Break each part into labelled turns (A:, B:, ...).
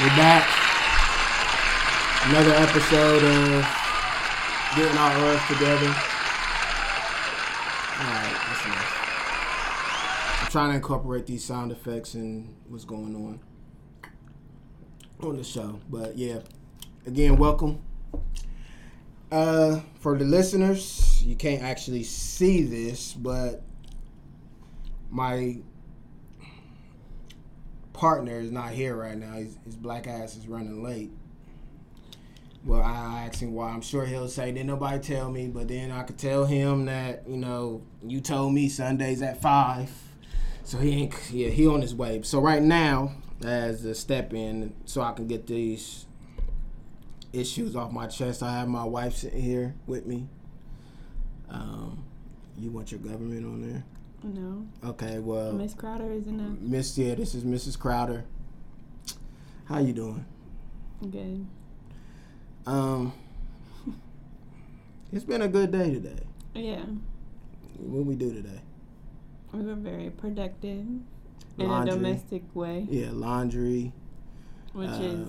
A: We're back. Another episode of Getting Our Earth Together. Alright, that's enough. I'm trying to incorporate these sound effects and what's going on on the show. But yeah, again, welcome. Uh, for the listeners, you can't actually see this, but my partner is not here right now. His, his black ass is running late. Well, I I asked him why. I'm sure he'll say, "Didn't nobody tell me?" But then I could tell him that you know you told me Sundays at five, so he ain't. Yeah, he on his way. So right now, as a step in, so I can get these issues off my chest, I have my wife sitting here with me. Um, you want your government on there?
B: No,
A: Okay, well,
B: Miss Crowder is in a
A: Miss, yeah, this is Mrs. Crowder. How you doing?
B: good.
A: Um, it's been a good day today.
B: Yeah,
A: What we do today?
B: we were very productive in
A: Laundry.
B: a domestic way,
A: Yeah, laundry.
B: which
A: Uh,
B: is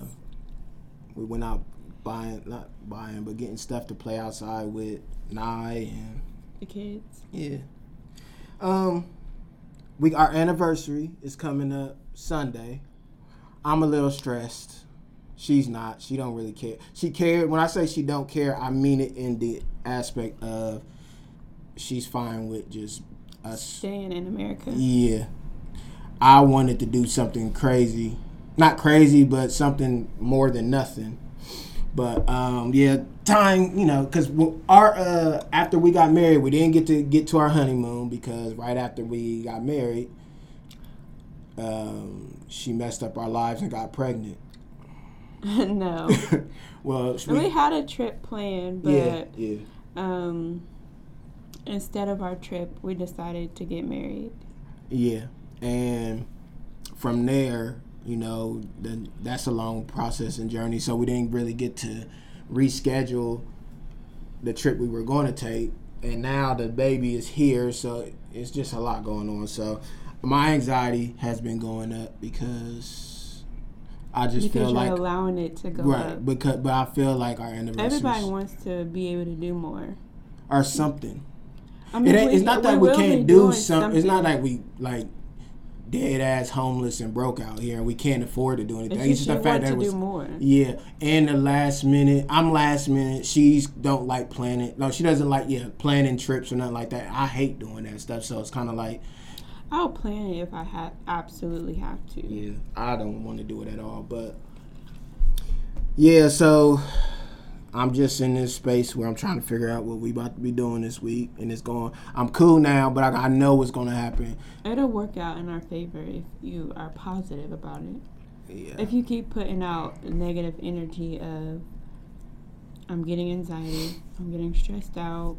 A: We went out buying, not buying, but getting stuff to play outside with Nye and
B: the kids.
A: yeah. Um, we our anniversary is coming up Sunday. I'm a little stressed. She's not. She don't really care. She cared. When I say she don't care, I mean it in the aspect of she's fine with just us
B: Staying in America.
A: yeah. I wanted to do something crazy. Not crazy, but something more than nothing. But um, yeah, time, you know, because our uh, after we got married, we didn't get to get to our honeymoon because right after we got married, um, she messed up our lives and got pregnant.
B: no,
A: well, she,
B: we had a trip planned, but
A: yeah, yeah,
B: um, instead of our trip, we decided to get married.
A: yeah, and from there, you know, then that's a long process and journey. So we didn't really get to reschedule the trip we were going to take, and now the baby is here, so it's just a lot going on. So my anxiety has been going up because I just
B: Because
A: feel
B: you're
A: like
B: allowing it to go
A: right,
B: up.
A: because but I feel like our
B: Everybody
A: anniversary
B: wants to be able to do more.
A: or something.
B: I mean,
A: It ain't,
B: we-
A: it's not that we
B: will be
A: can't do
B: doing
A: some. It's not
B: something.
A: like we like dead ass homeless and broke out here, and we can't afford to do anything.
B: It's
A: It's
B: just
A: just the
B: you
A: fact
B: want
A: that
B: to
A: it was
B: do more.
A: yeah. And the last minute, I'm last minute. She's don't like planning. No, she doesn't like yeah planning trips or nothing like that. I hate doing that stuff. So it's kind of like
B: I'll plan it if I ha- absolutely have to.
A: yeah, I don't want to do it at all. But yeah, so I'm just in this space where I'm trying to figure out what we about to be doing this week, and it's going. I'm cool now, but I, I know what's going to happen.
B: It'll work out in our favor if you are positive about it.
A: Yeah.
B: If you keep putting out negative energy of I'm getting anxiety, I'm getting stressed out,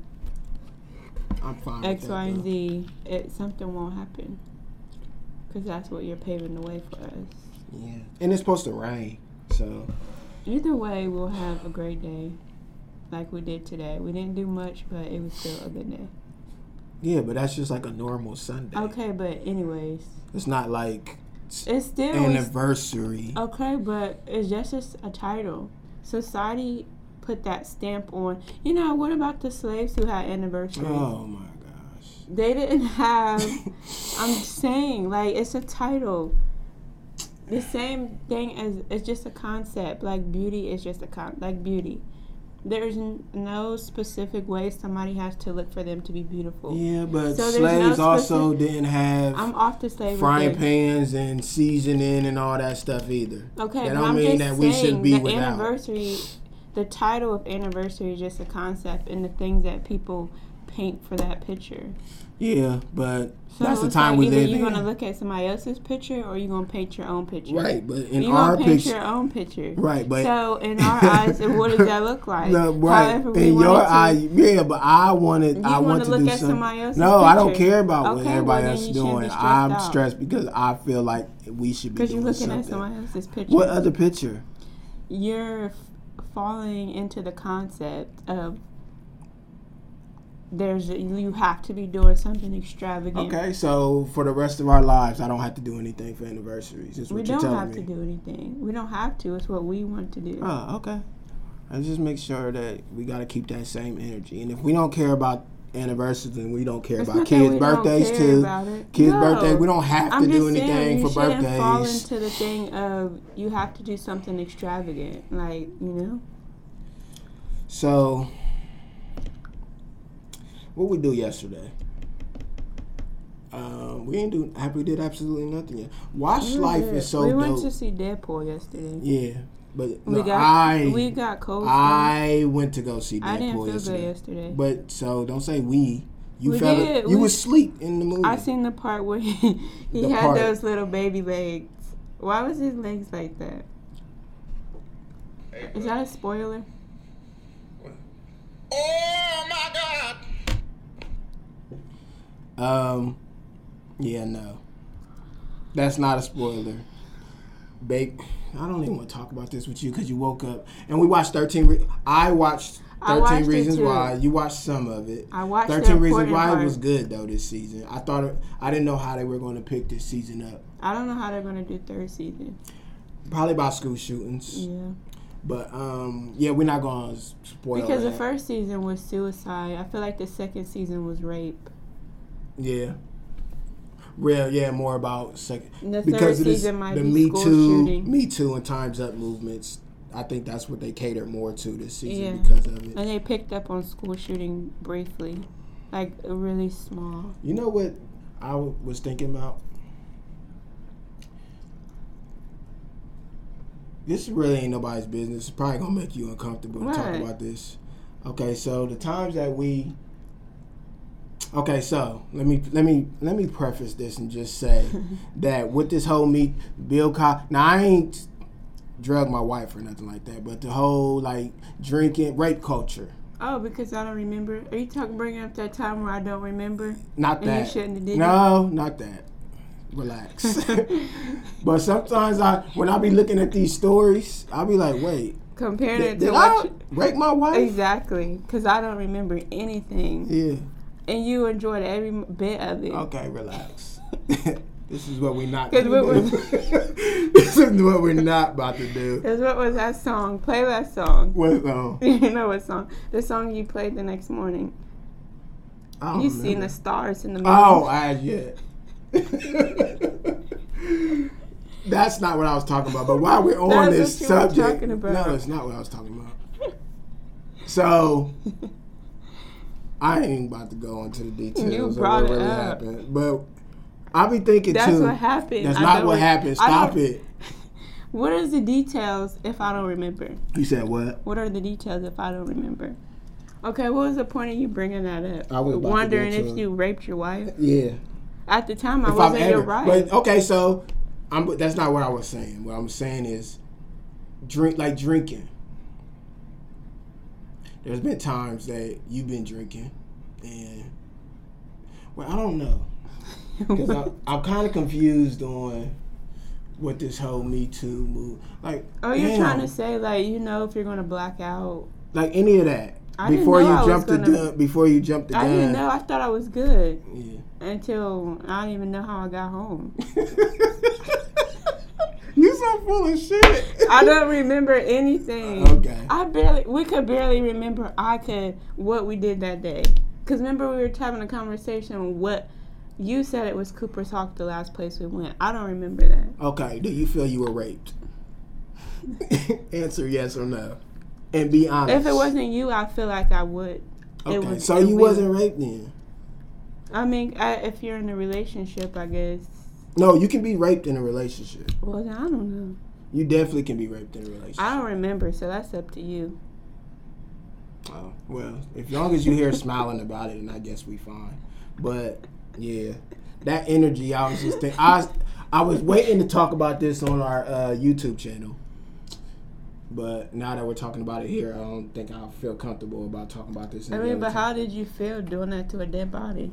A: I'm fine.
B: X,
A: with that,
B: Y,
A: though.
B: and Z, it something won't happen. Cause that's what you're paving the way for us.
A: Yeah, and it's supposed to rain, so
B: Either way, we'll have a great day, like we did today. We didn't do much, but it was still a good day.
A: yeah. But that's just like a normal Sunday.
B: Okay, but anyways,
A: It's not like
B: it's still we
A: anniversary.
B: Okay, but it's just a, s- a title. Society put that stamp on. You know, what about the slaves who had anniversaries?
A: Oh my gosh.
B: They didn't have. I'm saying, like, it's a title. The same thing as it's just a concept. Like beauty is just a con. Like beauty, there's n- no specific way somebody has to look for them to be beautiful.
A: yeah, but
B: So there's
A: slaves
B: no
A: also
B: specific-
A: didn't have
B: I'm off the slavery.
A: frying
B: thing.
A: pans and seasoning and all that stuff either.
B: Okay,
A: That
B: but
A: don't
B: I'm
A: mean
B: just
A: that
B: saying
A: we shouldn't be
B: the
A: without.
B: anniversary, the title of anniversary is just a concept, and the things that people paint for that picture.
A: Yeah, but
B: So
A: that's the
B: it's
A: time
B: like
A: we
B: either
A: live
B: You're
A: in.
B: gonna look at somebody else's picture, or you're gonna paint your own picture.
A: right, but in
B: You're
A: our
B: gonna paint
A: picture.
B: your own picture.
A: Right, but
B: So in our eyes, and what does that look like?
A: No, right.
B: However we
A: In
B: want
A: your
B: it to.
A: eye, yeah, but I wanted.
B: You
A: I want
B: wanna
A: to
B: look
A: do
B: at
A: something.
B: somebody else's
A: no, I don't
B: picture.
A: care about
B: Okay,
A: what
B: well,
A: everybody
B: then
A: else is
B: you shouldn't be
A: doing.
B: stressed
A: I'm
B: out.
A: stressed because I feel like we should be
B: Because
A: doing
B: you're looking
A: something.
B: at somebody else's picture.
A: what other picture?
B: You're f- falling into the concept of there's you have to be doing something extravagant.
A: Okay, so for the rest of our lives, I don't have to do anything for anniversaries. Is what
B: We
A: you're
B: don't
A: telling
B: have
A: me.
B: to do anything. We don't have to. It's what we want to do.
A: Oh, okay. I just make sure that we got to keep that same energy, and if we don't care about anniversaries, then we don't care
B: It's
A: about
B: not that
A: kids'
B: we don't
A: birthdays
B: care
A: too.
B: about it.
A: Kids'
B: No.
A: birthday, we don't have
B: I'm
A: to do
B: just saying,
A: anything
B: you
A: for
B: shouldn't fall
A: birthdays.
B: into the thing of you have to do something extravagant, like you know.
A: So, what we do yesterday? Um, we didn't do. I- We did absolutely nothing yet. Watch
B: We
A: life
B: did.
A: is so
B: We
A: dope.
B: went to see Deadpool yesterday.
A: yeah, but
B: we
A: no,
B: got
A: I
B: we got cold. feet.
A: I went to go see Deadpool
B: I didn't feel
A: yesterday.
B: good yesterday.
A: But so don't say we. You
B: We
A: fell.
B: did.
A: You
B: We-
A: was asleep in the movie.
B: I seen the part where he, he
A: The
B: had
A: part.
B: those little baby legs. Why was his legs like that? Is that a spoiler?
C: Oh my God!
A: Um, yeah, no. That's not a spoiler, babe. I don't even want to talk about this with you because you woke up and we watched thirteen. Re- I watched
B: I
A: thirteen
B: watched it
A: Reasons
B: too.
A: Why. You watched some of it.
B: I watched the
A: Thirteen Reasons
B: important
A: Why
B: part.
A: was good though this season. I thought it, I didn't know how they were going to pick this season up.
B: I don't know how they're gonna do third season.
A: Probably by school shootings,
B: Yeah,
A: but um, yeah, we're not going to spoil
B: because the
A: that.
B: first season was suicide. I feel like the second season was rape.
A: Yeah. Real, yeah, more about second
B: The
A: because
B: third
A: of this,
B: season might
A: the
B: be
A: Me
B: school
A: Too,
B: shooting.
A: Me Too, and Times Up movements. I think that's what they cater more to this season
B: Yeah.
A: because of it.
B: And they picked up on school shooting briefly, like really small.
A: You know what I w- was thinking about? This really ain't nobody's business. It's probably gonna make you uncomfortable to talk
B: What?
A: about this. Okay, so the times that we. Okay, so let me let me let me preface this and just say that with this whole meet Bill Cosby. Now I ain't drug my wife or nothing like that, but the whole like drinking rape culture,
B: Oh, because I don't remember. Are you talking bringing up that time where I don't remember?
A: not
B: And you
A: that.
B: shouldn't have did
A: no, not that. Relax. but sometimes I, when I be looking at these stories, I be like, wait,
B: Compared
A: did,
B: it
A: did
B: to
A: I
B: what? you-
A: rape my wife?
B: Exactly, because I don't remember anything,
A: Yeah. Oh.
B: and you enjoyed every m- bit of it.
A: Okay, relax. this is what we're not.
B: 'Cause what
A: gonna do. this is what we're not about to do.
B: Cause what was that song? Play that song.
A: What? Um,
B: you know what song? The song you played the next morning.
A: I don't
B: You seen
A: remember.
B: the stars in the morning.
A: Oh, I yeah. That's not what I was talking about. But while we're on
B: That's
A: this
B: what you were
A: subject,
B: talking about.
A: no, it's not what I was talking about. So I ain't about to go into the details
B: You
A: of
B: brought
A: what
B: it
A: really
B: up.
A: happened, but I be thinking
B: That's
A: too.
B: what happened.
A: That's
B: I
A: not
B: don't-
A: what happened.
B: I
A: Stop
B: don't-
A: it.
B: What is the details if I don't remember?
A: You said what?
B: What are the details if I don't remember? Okay, what was the point of you bringing that up?
A: I was about to
B: wondering
A: get to
B: if
A: it.
B: you raped your wife.
A: Yeah.
B: At the time, I
A: if I've
B: wasn't your
A: ever.
B: wife.
A: But okay, so I'm. But that's not what I was saying. What I'm saying is, drink like drinking. There's been times that you've been drinking, and well, I don't know because I'm kind of confused on what this whole Me Too move. Like,
B: oh, you're
A: damn,
B: trying to say like you know if you're gonna black out?
A: like any of that
B: I didn't
A: before
B: know
A: you
B: I was
A: jump the
B: gonna-
A: gun. Before you jump the
B: I
A: gun.
B: didn't know. I thought I was good
A: Yeah.
B: until I didn't even know how I got home.
A: you so full of shit.
B: I don't remember anything.
A: Okay.
B: I barely. We could barely remember. I could what we did that day. Cause remember we were having a conversation. What you said it was Cooper's Hawk, the last place we went. I don't remember that.
A: Okay, do you feel you were raped? Answer yes or no. And be honest.
B: If it wasn't you, I feel like I would. it
A: Okay,
B: was-
A: so
B: it
A: you
B: we-
A: wasn't raped then.
B: I mean, I, if you're in a relationship, I guess.
A: No, you can be raped in a relationship.
B: Well, then I don't know.
A: You definitely can be raped in a relationship.
B: I don't remember, so that's up to you.
A: Oh, well, as long as you hear smiling about it, then I guess we fine. But yeah, that energy. I was just think I was, I was waiting to talk about this on our uh, YouTube channel, but now that we're talking about it here, I don't think I feel comfortable about talking about this. in
B: I
A: the
B: mean,
A: other
B: but
A: channel.
B: how did you feel doing that to a dead body?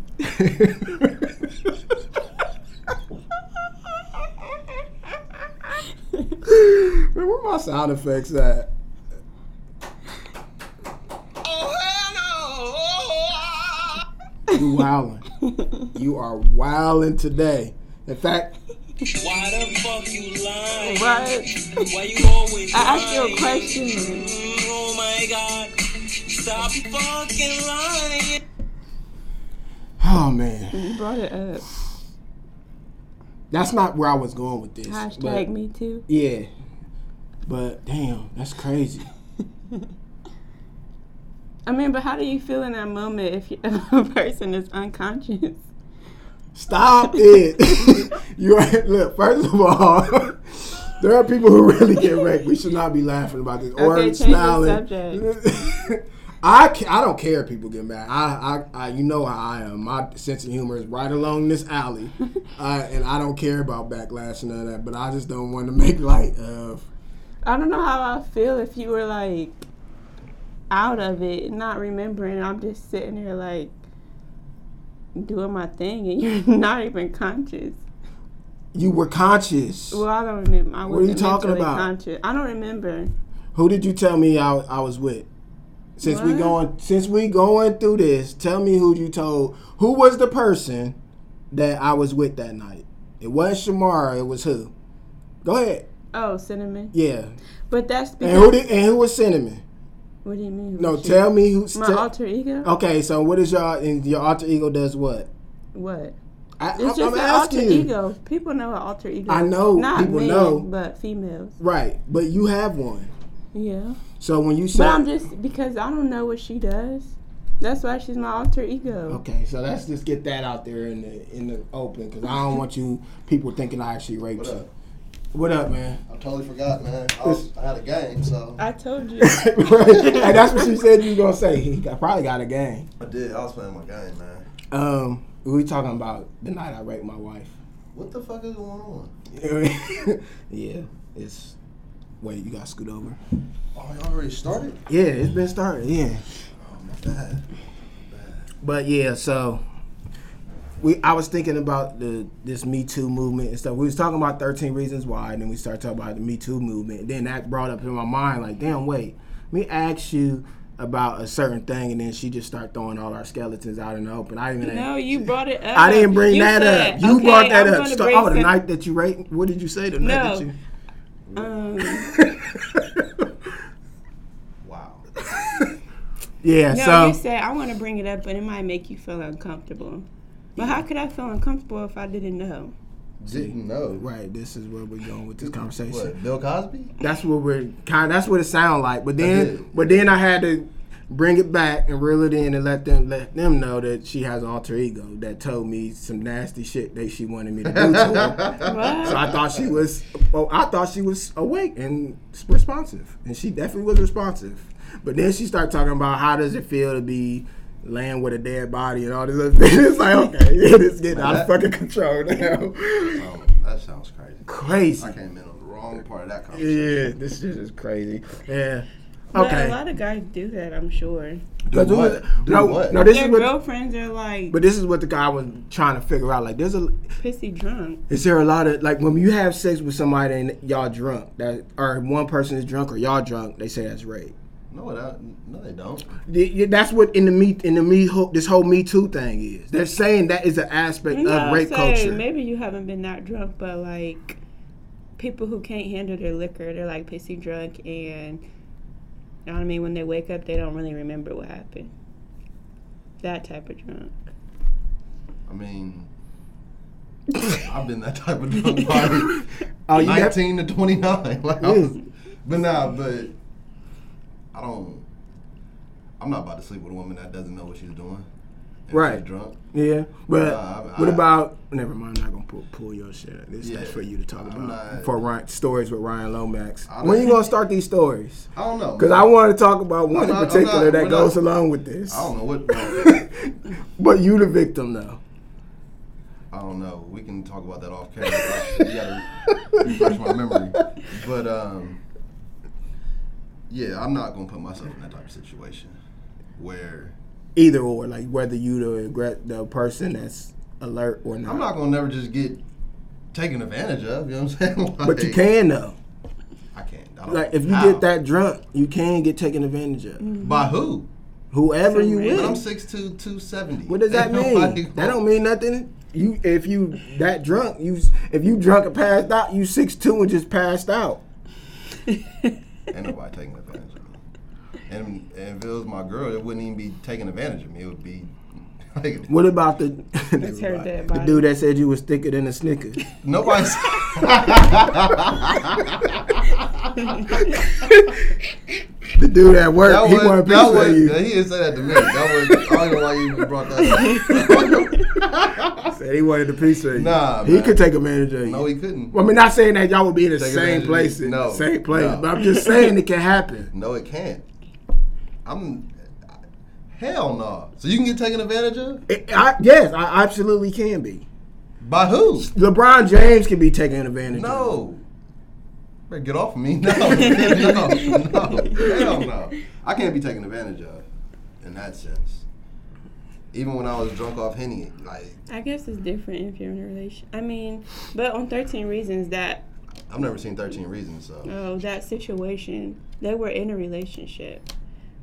A: Man, where my sound effects at?
C: Oh hell no!
A: You wildin'. you are wildin' today. In fact,
D: Why the fuck you lying?
B: right.
D: Why you always
B: I asked
D: lying?
B: you a question.
D: Mm, Oh my god. Stop fucking lying.
A: oh man,
B: You brought it up.
A: that's not where I was going with this.
B: Hashtag
A: but-
B: me too.
A: Yeah. But damn, that's crazy.
B: I mean, but how do you feel in that moment if, you, if a person is unconscious?
A: Stop it. you are, look, first of all, there are people who really get wrecked. We should not be laughing about this or
B: Okay, change the
A: smiling.
B: subject.
A: I, ca- I don't care if people get mad. I, I, I you know how I am. My sense of humor is right along this alley, uh, and I don't care about backlash and all that. But I just don't want to make light of.
B: I don't know how I feel if you were like out of it, not remembering. I'm just sitting there like doing my thing, and you're not even conscious.
A: You were conscious.
B: Well, I don't remember. I
A: What are you
B: wasn't
A: talking
B: mentally
A: about?
B: Conscious. I don't remember.
A: Who did you tell me I, I was with? Since we
B: What?
A: going since we going through this, tell me who you told. Who was the person that I was with that night? It wasn't Shamara. It was who? Go ahead.
B: Oh, cinnamon.
A: Yeah.
B: But that's
A: And who
B: because.
A: did? And who was Cinnamon?
B: What do you mean?
A: No,
B: Who's
A: tell me who.
B: she? my
A: tell-
B: alter ego.
A: okay, so what is y'all and your alter ego does what?
B: What?
A: I, I-
B: It's just
A: I'm
B: an
A: asking
B: alter
A: you.
B: ego. People know what alter ego.
A: I know,
B: Not
A: people
B: men,
A: know.
B: but females.
A: Right, but you have one.
B: Yeah.
A: So when you
B: But
A: say
B: I'm just because I don't know what she does. That's why she's my alter ego.
A: Okay, so let's just get that out there in the in the open because I don't want you people thinking I actually raped
E: What
A: you.
E: up?
A: What up, man?
E: I totally forgot, man. I, was, I had a game, so
B: I told you.
A: right. And that's what she said you were gonna say. He got, probably got a gang.
E: I did. I was playing my game, man.
A: Um, we talking about the night I raped my wife.
E: What the fuck is going on?
A: yeah, it's. Wait, you got scoot over?
E: Oh, y'all already started?
A: Yeah, it's been started. Yeah,
E: Oh my god.
A: but yeah, so we I was thinking about the this Me Too movement and stuff. We was talking about thirteen reasons why, and then we started talking about the Me Too movement. And then that brought up in my mind like, damn, wait, let me ask you about a certain thing, and then she just started throwing all our skeletons out in the open. I didn't even.
B: No, you brought it up.
A: I didn't bring
B: You
A: that
B: said,
A: up. You
B: okay,
A: brought that
B: I'm
A: up.
B: gonna
A: Sto-
B: bring
A: oh, the
B: some-
A: night that you raped. What did you say? The night
B: No. Um,
A: that you.
E: Wow.
A: yeah.
B: no,
A: so
B: you said I want to bring it up, but it might make you feel uncomfortable. But how could I feel uncomfortable if I didn't know?
E: Didn't know.
A: right, this is where we're going with this conversation.
E: What, Bill Cosby?
A: That's what we're kind. That's what it sound like. But then,
E: did.
A: but then I had to bring it back and reel it in and let them let them know that she has an alter ego that told me some nasty shit that she wanted me to do to her.
E: Oh,
B: What?
A: so I thought she was. Well, I thought she was awake and s- responsive, and she definitely was responsive. But then she started talking about how does it feel to be. Laying with a dead body and all this other thing. It's like, okay, it's getting out of
E: That-
A: fucking control now.
E: Oh, that sounds crazy.
A: Crazy.
E: I came in on the wrong part of that conversation.
A: Yeah, this shit is crazy. Yeah.
B: But
A: Okay.
B: a lot of guys do that, I'm sure.
A: But this-
E: Do what? Do
A: no,
E: what?
A: no, this
B: Their
A: is what.
B: girlfriends are like
A: But this is what the guy was trying to figure out. Like, there's a
B: pissy drunk.
A: is there a lot of like when you have sex with somebody and y'all drunk that or one person is drunk or y'all drunk they say that's rape.
E: No, it don't- no, they don't.
A: Th- yeah, That's what in the me in the me ho- this whole Me Too thing is. They're saying that is an aspect
B: No,
A: of rape
B: say,
A: culture.
B: Maybe you haven't been that drunk, but like people who can't handle their liquor, they're like pissy drunk, and you know what I mean. When they wake up, they don't really remember what happened. That type of drunk.
E: I mean, I've been that type of drunk party.
A: oh, you have,
E: 19 to 29. Like, I
A: Yeah.
E: was, but nah, but I don't. I'm not about to sleep with a woman that doesn't know what she's doing. and
A: Right.
E: She's drunk.
A: yeah. But
E: Nah, I-
A: what
E: I-
A: about? Never mind. I'm not gonna pull, pull your shit. out. This
E: Yeah.
A: that's for you to talk
E: I'm
A: about
E: not-
A: for Ryan, stories with Ryan Lomax.
E: I
A: When
E: don't-
A: you gonna start these stories?
E: I don't know.
A: Because I want to talk about one
E: I'm not-
A: in
E: I'm
A: particular
E: not-
A: that
E: we're
A: goes
E: not-
A: along with this.
E: I don't know what. what-
A: but you the victim though.
E: I don't know. We can talk about that off camera. you gotta refresh my memory. But um, yeah, I'm not gonna put myself in that type of situation where
A: Either or, like whether you the regret the person that's alert or not.
E: I'm not gonna never just get taken advantage of. You know what I'm saying?
A: but you
E: Like,
A: can though.
E: I can't. I don't,
A: Like if you
E: How? Mm.
A: get that drunk, you can get taken advantage of.
E: by who?
A: Whoever you
B: Same rate.
E: But I'm
A: with.
E: 6'2", 270.
A: What does that
E: Ain't nobody
A: mean? That don't mean nothing. You if you that drunk, you if you drunk and passed out, you six two and just passed out.
E: Ain't nobody taking advantage of me. And, and if it was my girl, it wouldn't even be taking advantage of me. It would be like
A: What about the
B: her dead
A: the
B: body.
A: dude that said you was thicker than a snicker?
E: nobody's.
A: The dude at work,
E: That
A: he
E: was,
A: wanted a piece
E: that
A: of
E: was,
A: you.
E: he didn't say that to me. That was, I don't know why you even brought that up.
A: Said he wanted a piece of you.
E: Nah,
A: he
E: man.
A: could take advantage of you.
E: no, he couldn't.
A: Well, I mean, not saying that y'all would be in the
E: Take advantage
A: same
E: of
A: place,
E: you. No,
A: same place,
E: no.
A: but I'm just saying it can happen.
E: No, it can't. I'm, hell no. So you can get taken advantage of?
A: It- I, yes, I absolutely can be.
E: By who?
A: LeBron James can be taken advantage of.
E: No. Better get off of me. No. no. No. Hell no. I can't be taken advantage of in that sense. Even when I was drunk off Henny, like,
B: I guess it's different if you're in a relation. I mean, but on 13 Reasons, that
E: I've never seen 13 Reasons, so.
B: oh, that situation, they were in a relationship.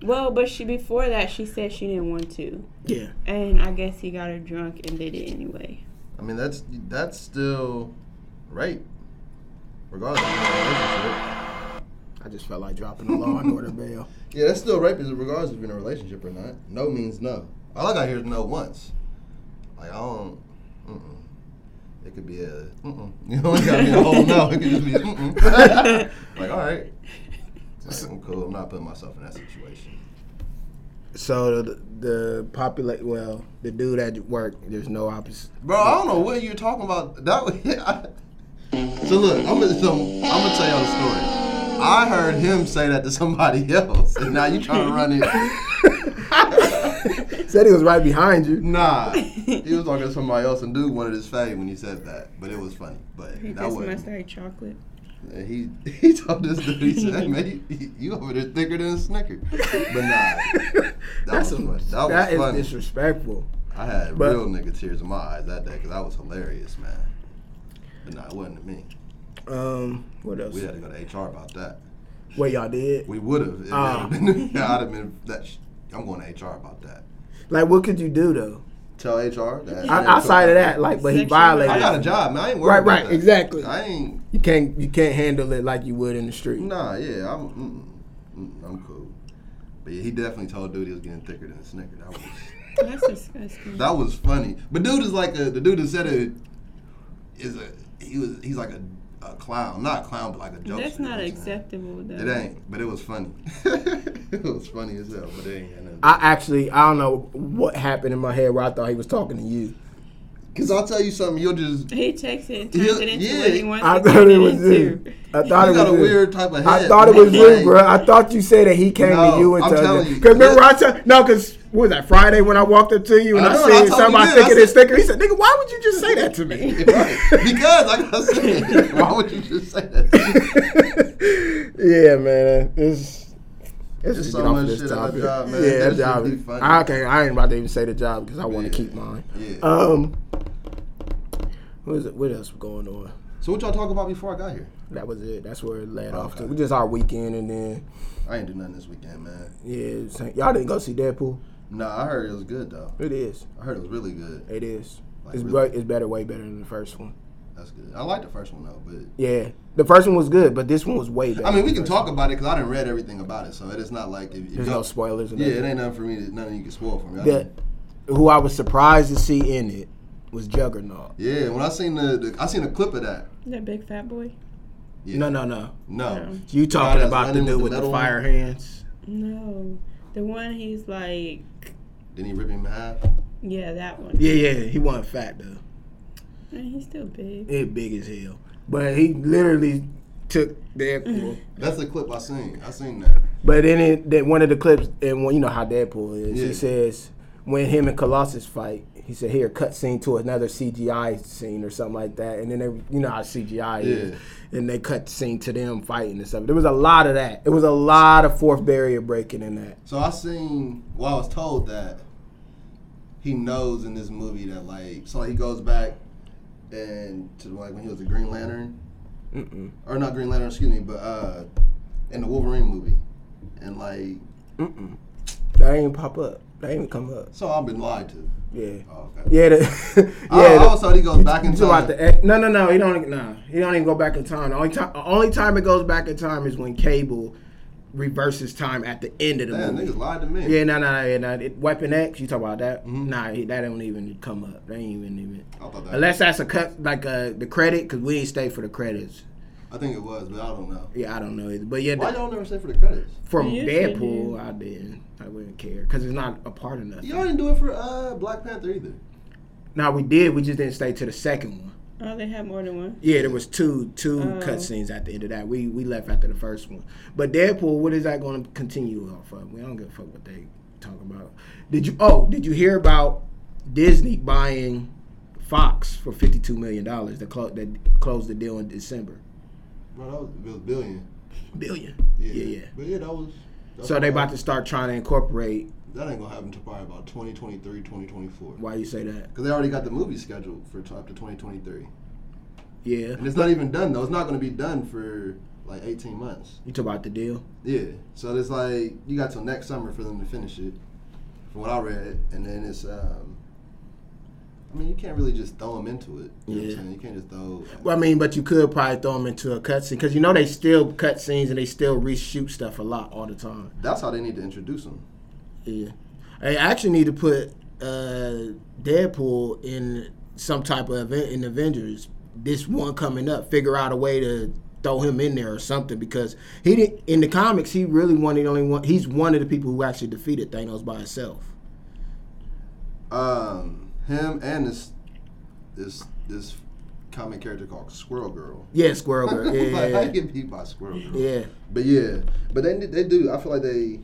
B: Well, but she before that, she said she didn't want to,
A: Yeah.
B: and I guess he got her drunk and did it anyway.
E: I mean, that's that's still rape. Regardless of your relationship.
A: I just felt like dropping the law and order bell.
E: Yeah, that's still rape is regardless if you're in a relationship or not. No means no. All I got here is no once. Like, I don't. Mm-mm. It could be a. Mm-mm. You know, it got me a whole no. It could just be a. Mm-mm. like, all right. Like, I'm cool. I'm not putting myself in that situation.
A: So the, the populate, well, the dude at work, there's no opposite.
E: Bro, I don't know what you're talking about. That was, So look, I'm gonna so I'm gonna tell y'all the story. I heard him say that to somebody else, and now you trying to run it.
A: Said he was right behind you.
E: nah, he was talking to somebody else, and dude wanted his fame when he said that, but it was funny. But
B: He
E: that
B: just
E: was
B: must like chocolate.
E: he he told this dude he said, "Hey, man, you, you over there thicker than a snicker." But nah, that was funny. That was
A: That is
E: funny.
A: disrespectful.
E: I had
A: But-
E: real nigga tears in my eyes that day because that was hilarious, man. But nah, it wasn't to me.
A: Um, what else?
E: We had to go to HR about that.
A: What y'all did?
E: We would have. It
A: Ah.
E: would have been. I'd have been. That sh- I'm going to HR about that.
A: Like, what could you do though?
E: Tell HR that.
A: I, outside of that, like, but he
B: Sexual
E: I got
A: violated.
E: a job, man. I ain't worried.
A: Right,
E: about
A: right,
E: that.
A: exactly.
E: I ain't.
A: You can't, you can't handle it like you would in the street.
E: Nah, yeah. I'm. Mm, mm, I'm cool. But yeah, he definitely told dude he was getting thicker than a snicker. That was.
B: That's disgusting.
E: that was funny. But dude is like a. The dude that said it is a. He was. He's like a. A clown, not clown, but like a joke.
B: That's not acceptable though.
E: It ain't, but it was funny. it was funny as hell, but it ain't. had nothing to do
A: I actually, I don't know what happened in my head where I thought he was talking to you.
E: Cause I'll tell you something, you'll just you
B: He takes it and turns
E: Yeah,
B: it into
E: yeah.
B: what he wants
A: I
B: it to
A: thought
B: turn
A: it was you.
B: into.
A: I
E: got
A: thought it was
E: a
A: you.
E: weird type of head.
A: I thought it was you,
E: Like,
A: bro. I thought you said that he came
E: No,
A: to you and
E: I'm
A: told
E: telling
A: you.
E: you.
A: Because remember, I tell no, because what was that Friday when I walked up to you and
E: I
A: I,
E: know,
A: said
E: I told
A: something
E: you
A: about
E: that.
A: thinking
E: I
A: this
E: said-
A: thinker. He said, "Nigga, why would you just say that to me?"
E: Right. Because like I said, why would you just say that?
A: yeah, man, uh, it's. It's just
E: There's so
A: get off
E: much
A: this
E: shit at that
A: topic.
E: job, man.
A: Yeah, that
E: That
A: job.
E: shit be funny.
A: I can't. I ain't about to even say the job because I want
E: Yeah.
A: to keep mine.
E: Yeah.
A: Um. What is it? What else going on?
E: so what y'all talk about before I got here?
A: That was it. That's where it led off to.
E: Okay.
A: We just our weekend and then
E: I ain't do nothing this weekend, man.
A: yeah. Saint- Y'all didn't go see Deadpool.
E: Nah, I heard it was good though.
A: It is.
E: I heard it was really good.
A: It is.
E: Like,
A: It's
E: really?
A: way- it's better. Way better than the first one.
E: That's good. I liked the first one though, but
A: Yeah. The first one was good, but this one was way better.
E: I mean we
A: than
E: can
A: the first
E: talk about it because I didn't read everything about it, so it is not like if, if
A: one. There's
E: y'all-
A: no spoilers.
E: Yeah, it ain't nothing for me. To, nothing you can spoil for me. I
A: The,
E: didn't-
A: who I was surprised to see in it was Juggernaut.
E: yeah, when I seen the, the I seen a clip of that.
B: That big fat boy.
E: Yeah.
A: No, no, no.
E: No.
A: You
E: God,
A: talking
E: that's
A: about the
E: Lennon
A: dude
E: with
A: with
E: the
A: the
E: metal
A: fire
E: one?
A: hands?
B: No, the one he's like,
E: Didn't he rip him in half?
B: yeah, that one.
A: Yeah, yeah. He wasn't fat though.
B: And he's still big.
A: He big as hell, but he literally took Deadpool.
E: That's the clip I seen. I seen that.
A: But then it, that one of the clips, and one, you know how Deadpool is.
E: Yeah.
A: He says when him and Colossus fight, he said here cut scene to another CGI scene or something like that, and then they, you know how CGI is, and they cut the scene to them fighting and stuff. There was a lot of that. It was a lot of fourth barrier breaking in that.
E: So I seen. Well, I was told that he knows in this movie that like. So he goes back and to like when he was a Green Lantern,
A: Mm-mm.
E: or not Green Lantern, excuse me, but uh, in the Wolverine movie, and like
A: Mm-mm. That ain't pop up. That ain't come up.
E: So I've been lied to.
A: Yeah.
E: Oh, okay.
A: Yeah. The, yeah.
E: Oh,
A: the-
E: oh, so he goes back in
A: You talking
E: time.
A: about the ex- no, no, no. He don't. Nah, he don't even go back in time. The only time, the only time it goes back in time is when Cable reverses time at the end of the
E: Damn,
A: movie.
E: niggas lied to me.
A: Yeah, no, no, yeah, no. It, Weapon X, you talk about that?
E: Mm-hmm.
A: Nah, he, that don't even come up. That ain't even even.
E: I thought that.
A: Unless that's a cut, like uh, the credit, because we didn't stay for the credits.
E: I think it was, but I don't know.
A: Yeah, I don't know, either. but yeah,
E: Why
A: the,
E: y'all never say for the credits?
A: from
B: You should do.
A: Deadpool, I didn't, I wouldn't care, because it's not a part of nothing.
E: Y'all didn't do it for uh, Black Panther either.
A: Nah, we did. We just didn't stay to the second one.
B: Oh, they have more than one.
A: Yeah, there was two two
B: Oh.
A: cutscenes at the end of that. We we left after the first one. But Deadpool, what is that going to continue off of? We don't give a fuck what they talk about. Did you? Oh, did you hear about Disney buying Fox for fifty two million dollars? That clo- that closed the deal in December.
E: Bro, that was, it was billion.
A: Billion.
E: Yeah,
A: Yeah, yeah.
E: But yeah, that was. that's
A: So they
E: why-
A: about to start trying to incorporate.
E: That ain't gonna happen to probably about 2023, 2024.
A: Why you say that?
E: Because they already got the movie scheduled for t- up to 2023.
A: Yeah.
E: And it's not even done, though. It's not gonna be done for like 18 months.
A: You talk about the deal.
E: Yeah. So it's like, you got till next summer for them to finish it, from what I read. And then it's. um I mean, you can't really just throw them into it. You know what
A: Yeah.
E: I'm saying? You can't just throw. um,
A: Well, I mean, but you could probably throw them into a cutscene because you know they still cut scenes and they still reshoot stuff a lot all the time.
E: That's how they need to introduce them.
A: Yeah. I actually need to put uh, Deadpool in some type of event in Avengers. This one coming up, figure out a way to throw him in there or something because he didn't in the comics he really one of the only one he's one of the people who actually defeated Thanos by himself.
E: um, him and this this this comic character called Squirrel Girl.
A: Yeah, Squirrel Girl.
E: like, I
A: Yeah.
E: get beat by Squirrel Girl.
A: yeah.
E: But yeah, but they they do. I feel like they.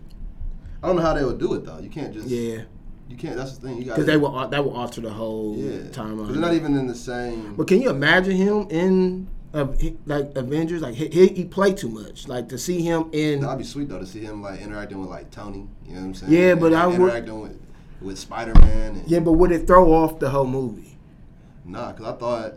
E: I don't know how they would do it though. You can't just.
A: Yeah.
E: You can't. That's the thing. You got.
A: Cuz they will al- that will alter the whole
E: Yeah.
A: timeline.
E: They're not even in the same.
A: But can you imagine him in uh, he- like Avengers like he, he he played too much. Like to see him in
E: That'd be sweet though to see him like interacting with like Tony. You know what I'm saying?
A: Yeah, but
E: And
A: I would-
E: interacting with with Spider Man.
A: Yeah, but would it throw off the whole movie?
E: Nah, cause I thought,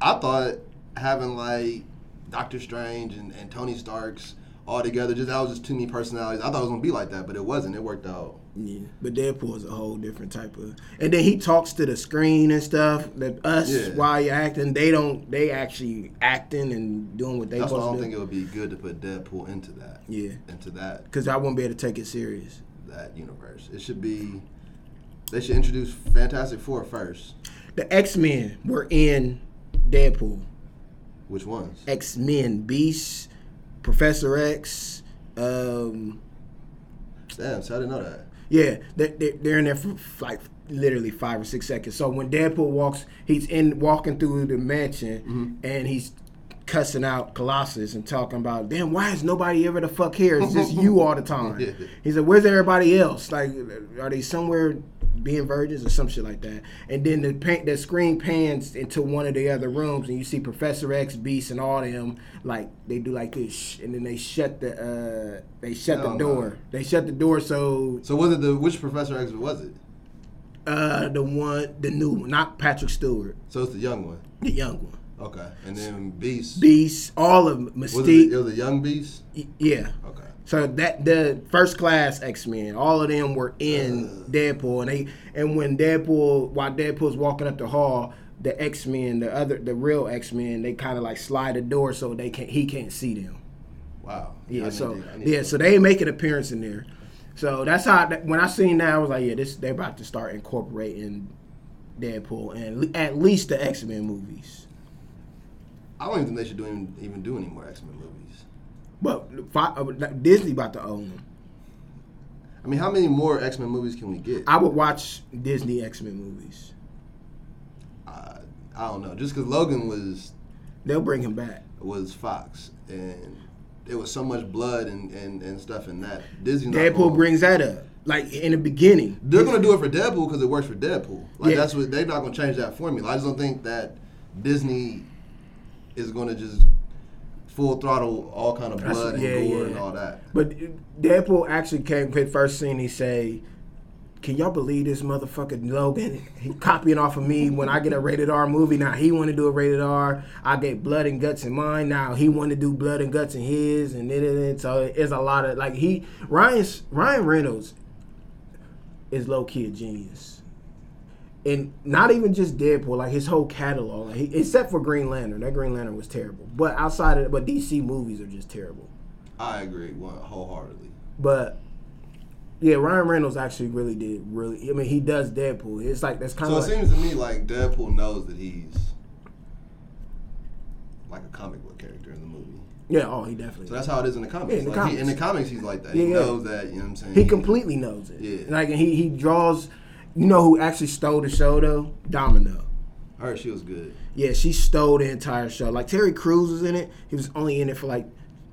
E: I thought having like Doctor Strange and, and Tony Stark's all together, just that was just too many personalities. I thought it was gonna be like that, but it wasn't. It worked out.
A: Yeah, but Deadpool is a whole different type of, and then he talks to the screen and stuff. That us
E: Yeah.
A: while you're acting, they don't. They actually acting and doing what they
E: That's why I
A: supposed
E: don't
A: to
E: think
A: do.
E: it would be good to put Deadpool into that.
A: Yeah.
E: Into that
A: Because I wouldn't be able to take it serious.
E: that universe. It should be. They should introduce Fantastic Four first.
A: The X Men were in Deadpool.
E: Which ones?
A: X Men, Beast, Professor X. Um,
E: Damn, so I didn't know that.
A: yeah, they, they, they're in there for like literally five or six seconds. So when Deadpool walks, he's in walking through the mansion
E: Mm-hmm.
A: and he's cussing out Colossus and talking about, damn, why is nobody ever the fuck here? It's just you all the time.
E: Yeah.
A: He said, where's everybody else? Like, are they somewhere being virgins or some shit like that? And then the paint, the screen pans into one of the other rooms and you see Professor X, Beast, and all them. Like they do like this, sh- and then they shut the uh, they shut
E: Hell
A: the
E: Oh, no.
A: door. They shut the door so
E: So was it the which Professor X was it?
A: uh, the one, the new one, not Patrick Stewart,
E: So it's the young one.
A: the young one.
E: Okay, and then Beast.
A: Beast, all of 'em,
E: Was it,
A: Mystique,
E: the, it was the young Beast.
A: y- yeah.
E: Okay.
A: So that the first class X Men, all of them were in
E: Uh.
A: Deadpool, and they and when Deadpool, while Deadpool's walking up the hall, the X Men, the other, the real X Men, they kind of like slide the door so they can not he can't see them.
E: Wow. I
A: Yeah,
E: need
A: so
E: to- I need
A: yeah,
E: to-
A: so they make an appearance in there. So that's how that- when I seen that, I was like, yeah, this they about to start incorporating Deadpool and le- at least the X Men movies.
E: I don't even think they should do even, even do any more X Men movies.
A: But fi- uh, Disney about to own them.
E: I mean, how many more X Men movies can we get? I,
A: I would watch Disney X Men movies.
E: I, don't know. Just because Logan was
A: They'll bring him back.
E: was Fox and there was so much blood and, and, and stuff in that Disney. not
A: Deadpool
E: gonna-
A: brings that up, like in the beginning.
E: They're gonna do it for Deadpool because it works for Deadpool. Like
A: Yeah.
E: that's what they're not gonna change that formula. I just don't think that Disney is gonna just full throttle all kind of
A: That's-
E: blood and
A: yeah,
E: gore
A: yeah.
E: and all that.
A: But Deadpool actually came with first scene. He say, "Can y'all believe this motherfucker Logan? He copying off of me when I get a rated R movie. Now he want to do a rated R. I get blood and guts in mine. Now he want to do blood and guts in his. And then so it's a lot of like he Ryan's Ryan Reynolds is low key a genius, and not even just Deadpool, like his whole catalog, like he, except for Green Lantern. That Green Lantern was terrible, but outside of but DC movies are just terrible.
E: I agree one wholeheartedly.
A: But yeah, Ryan Reynolds actually really did really. I mean, he does Deadpool. It's like that's kind
E: So
A: of
E: it
A: like,
E: seems to me like Deadpool knows that he's like a comic book character in the movie.
A: yeah. Oh, he definitely.
E: So that's how it is in the comics.
A: Yeah, in the
E: Like, he- in the
A: comics.
E: comics, he's like that.
A: Yeah,
E: he
A: yeah.
E: knows that. You know what I'm saying?
A: He completely knows it.
E: Yeah.
A: Like and he he draws. You know who actually stole the show though? Domino.
E: All right, she was good.
A: Yeah, she stole the entire show. Like Terry Crews was in it. He was only in it for like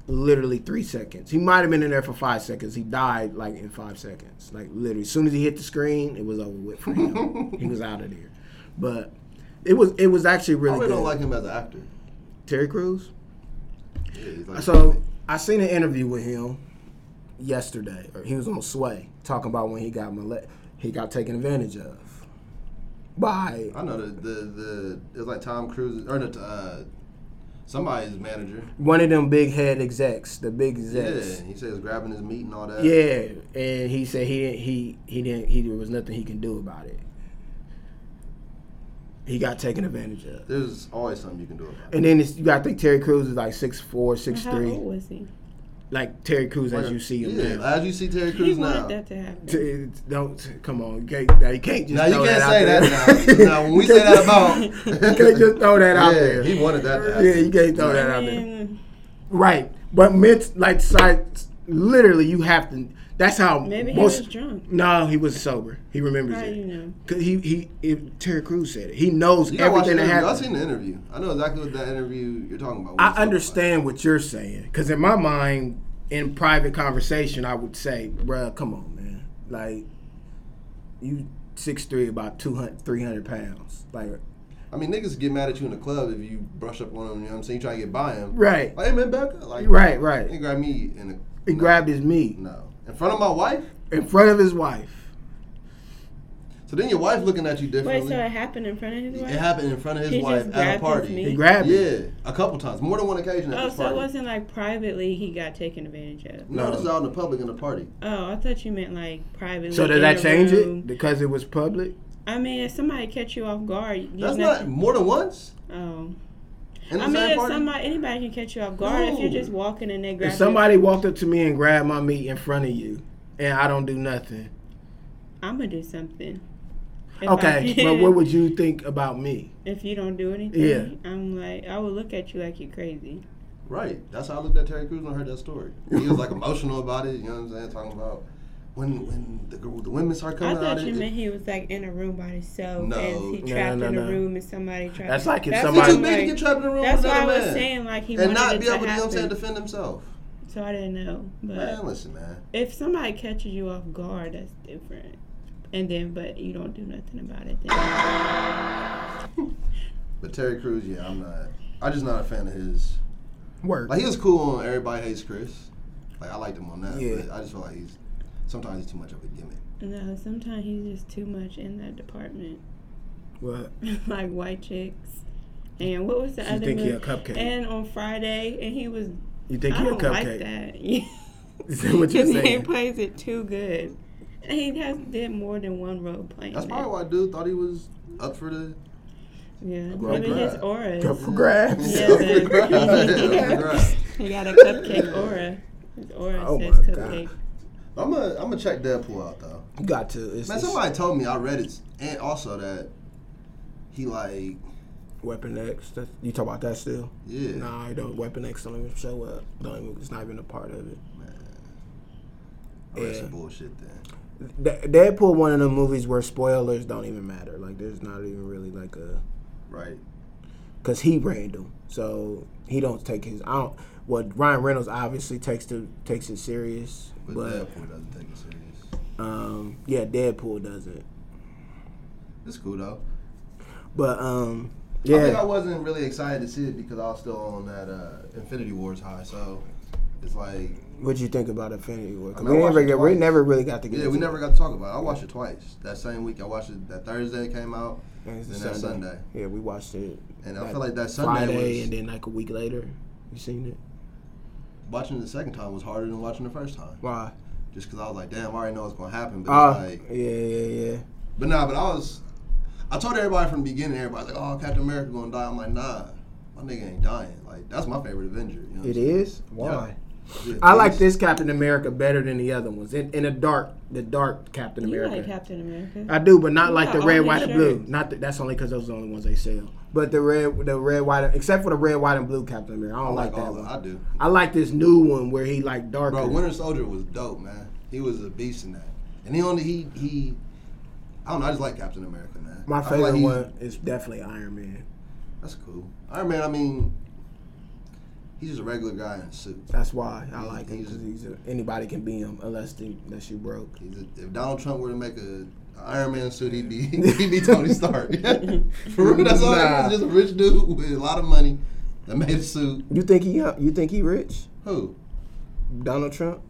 A: literally three seconds. He might have been in there for five seconds. He died like in five seconds. Like literally, as soon as he hit the screen, it was over with for him. he was out of there. But it was it was actually
E: I
A: really
E: really
A: good.
E: don't like him as an actor.
A: Terry Crews.
E: Yeah, he's like
A: So I seen an interview with him yesterday, or he was on Sway talking about when he got mole- he got taken advantage of by
E: I know the the, the it was like Tom Cruise or the, uh, somebody's manager.
A: one of them big head execs, the big
E: Yeah,
A: execs.
E: he says grabbing his meat and all that.
A: Yeah, and he said he didn't, he he didn't he there was nothing he can do about it. He got taken advantage of.
E: there's always something you can do about it.
A: And then it's, you gotta think Terry Crews is like six four, six
B: How old
A: three,
B: was he?
A: like Terry Crews as you see him
E: yeah,
A: now.
E: as you see Terry
B: He
E: Crews now.
B: wanted that to happen.
A: T- Don't come on. You can't, now you can't just.
E: Now you
A: throw
E: can't
A: out
E: say
A: there.
E: that now. Now when we say that about,
A: you can't just throw that out
E: yeah,
A: there.
E: he wanted that. To
A: yeah,
E: happen.
A: you can't throw oh, that
B: I
A: out there.
B: mean,
A: Right, but mint like side, literally you have to. That's how
B: maybe he
A: most.
B: was drunk.
A: no, he was sober. He remembers
B: How do you
A: it.
B: know?
A: 'Cause he he it, Terry Crews said it. He knows
E: You gotta watch
A: everything
E: the
A: that
E: interview. I've
A: happened.
E: seen the interview. I know exactly what that interview you're talking about.
A: I understand what you're saying because in my mind, in private conversation, I would say, "Bruh, come on, man. Like, you six three, about 200, 300 pounds. Like,
E: I mean, niggas get mad at you in the club if you brush up on him. You know what I'm saying? You try to get by him.
A: right,
E: Like, hey man, back up. Like,
A: right, right."
E: He grabbed me in the.
A: He
E: no,
A: grabbed his meat
E: No, in front of my wife.
A: in front of his wife.
E: So then your wife looking at you
B: Wait,
E: differently.
B: so it happened in front of his
E: it
B: wife?
E: happened in front of his
B: He
E: wife
B: just
E: at
B: grabbed
E: a
B: his
E: party.
B: meat?
A: He grabbed
E: yeah,
A: it.
E: a couple times, more than one occasion at
B: Oh,
E: this
B: so
E: party.
B: it wasn't like privately he got taken advantage of.
E: no, this is out in the public in the party.
B: Oh, I thought you meant like privately.
A: So
B: in
A: did that
B: a
A: change it
B: room.
A: because it was public?
B: I mean, if somebody catch you off guard, you
E: That's not
B: nothing-
E: more than once
B: Oh,
E: in the
B: I mean,
E: same
B: if
E: party.
B: somebody, anybody can catch you off guard if you're
E: No.
B: just walking and they grab
A: If
B: you.
A: somebody walked up to me and grabbed my meat in front of you, and I don't do nothing,
B: I'm gonna do something. If I
A: okay.
B: can.
A: But what would you think about me?
B: if you don't do anything?
A: Yeah.
B: I'm like, I would look at you like you're crazy.
E: Right. That's how I looked at Terry Crews when I heard that story. He was like emotional about it. You know what I'm saying? Talking about when when the, girl- the women start
B: I
E: coming out.
B: thought you
E: it-
B: meant he was like in a room by himself
E: No.
B: and he
A: No,
B: trapped
A: no,
B: in a
A: no.
B: room and somebody trapped.
A: That's like if
E: He
A: somebody-
E: just
B: what
E: made
B: I'm
E: to get
B: like-
E: trapped in a room
B: That's
E: with
B: why I
E: another
B: was
E: man.
B: saying like he
E: and
B: wanted
E: not
B: it
E: be
B: to
E: able to, you know what I'm saying,
B: happen.
E: defend himself.
B: So I didn't know, but
E: Man, listen, man.
B: if somebody catches you off guard, that's different. And then, but you don't do nothing about it. Then.
E: But Terry Crews, yeah, I'm not. I'm just not a fan of his.
A: Work.
E: Like he was cool on Everybody Hates Chris. Like I liked him on that.
A: Yeah.
E: But I just feel like he's sometimes he's too much of a gimmick.
B: No, sometimes he's just too much in that department,
A: What?
B: like white chicks. And what was the
A: You
B: other?
A: think he a
B: movie?
A: cupcake?
B: And on Friday, and he was.
A: you think
B: I
A: you're a
B: don't like
A: cupcake?
B: that. Yeah.
A: Is that what you're
B: 'Cause He
A: saying?
B: plays it too good. And He has did more than one role playing.
E: That's
B: it.
E: probably why dude thought he was up for the.
B: Yeah,
E: Well,
B: maybe his
E: right.
B: aura.
A: Up
B: Is,
A: for grabs.
B: Yeah,
E: up for
B: man.
E: grabs. Yeah, up for grabs.
B: he got a cupcake aura. His aura
A: Oh
B: says
A: my God.
B: cupcake.
E: I'm gonna I'm gonna check Deadpool out though.
A: You got to. It's,
E: Man,
A: it's
E: somebody told me I read it, and also that he like
A: Weapon X. That's, you talk about that still?
E: yeah.
A: Nah, I don't. Weapon X don't even show up. Don't even, it's not even a part of it.
E: I read
A: Yeah.
E: some bullshit then.
A: De- Deadpool, one of the movies where spoilers don't even matter. Like, there's not even really like a.
E: Right.
A: because he random, so he don't take his. I don't. Well, Ryan Reynolds obviously takes the takes it serious,
E: But,
A: but,
E: Deadpool doesn't take it serious.
A: um, yeah, Deadpool doesn't.
E: It's cool though.
A: But um,
E: I think I
A: yeah,
E: wasn't really excited to see it because I was still on that uh, Infinity Wars high, so it's like
A: what'd you think about Infinity War? 'Cause
E: I mean, I
A: we,
E: watched
A: never,
E: it
A: we
E: twice.
A: never really got to get.
E: yeah, we
A: into
E: never got to talk about it. I watched it twice. That same week I watched it that Thursday it came out.
A: it. And it's
E: then
A: a
E: that
A: Sunday.
E: Sunday.
A: Yeah, we watched it
E: And I
A: Like
E: feel like that Sunday
A: Friday,
E: was
A: and then like a week later, you seen it.
E: watching it the second time was harder than watching the first time.
A: Why?
E: just because I was like, damn, I already know what's gonna happen. But
A: Oh,
E: it's like,
A: yeah, yeah, yeah.
E: but nah, but I was, I told everybody from the beginning. Everybody's like, oh, Captain America gonna die. I'm like, nah, my nigga ain't dying. Like that's my favorite Avenger. You know what
A: It
E: I'm
A: is. Why?
E: Why? saying?
A: I like this Captain America better than the other ones. In, in the dark, the dark Captain
B: You
A: America.
B: like Captain America?
A: I do, but not like the
B: got
A: red,
B: all
A: white,
B: the
A: and blue.
B: shirts.
A: Not that, that's only because those are the only ones they sell. But the red, the red, white, except for the red, white, and blue Captain America. I don't
E: I
A: like,
E: like
A: that
E: all
A: one.
E: of- I do.
A: I like this new one where he like darker.
E: Bro, Winter Soldier was dope, man. He was a beast in that. And he only he he I don't know, I just like Captain America, man.
A: My
E: I feel like
A: favorite
E: he's-
A: one is definitely Iron Man.
E: That's cool. Iron Man, I mean he's just a regular guy in a suit.
A: That's why I like him
E: he's-
A: because he's a, anybody can be him unless they, unless you broke.
E: He's a, if Donald Trump were to make a an Iron Man suit, he'd be he'd be Tony Stark. For real, that's all
A: Nah.
E: he was just a rich dude with a lot of money that made a suit.
A: You think he uh, you think he rich?
E: Who?
A: Donald Trump?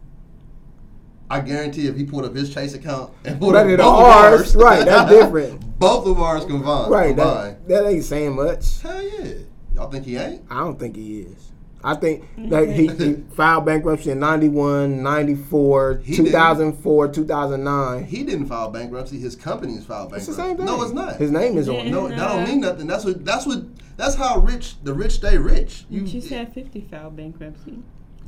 E: I guarantee if he pulled up his Chase account and pulled
A: Right,
E: up
A: and
E: both of
A: ours,
E: ours,
A: right, that's different.
E: both of ours combined,
A: Right.
E: combined.
A: That, that ain't saying much.
E: Hell yeah. Y'all think he ain't?
A: I don't think he is. I think that he, he filed bankruptcy in 91, 94,
E: He didn't.
A: 2004, 2009.
E: He didn't file bankruptcy. His company's filed
A: It's
E: bankruptcy.
A: the same thing.
E: No, it's not.
A: His name is on it.
E: No, that don't mean nothing. That's what. That's what. That's how rich the rich stay rich.
B: You, you said 50 filed bankruptcy.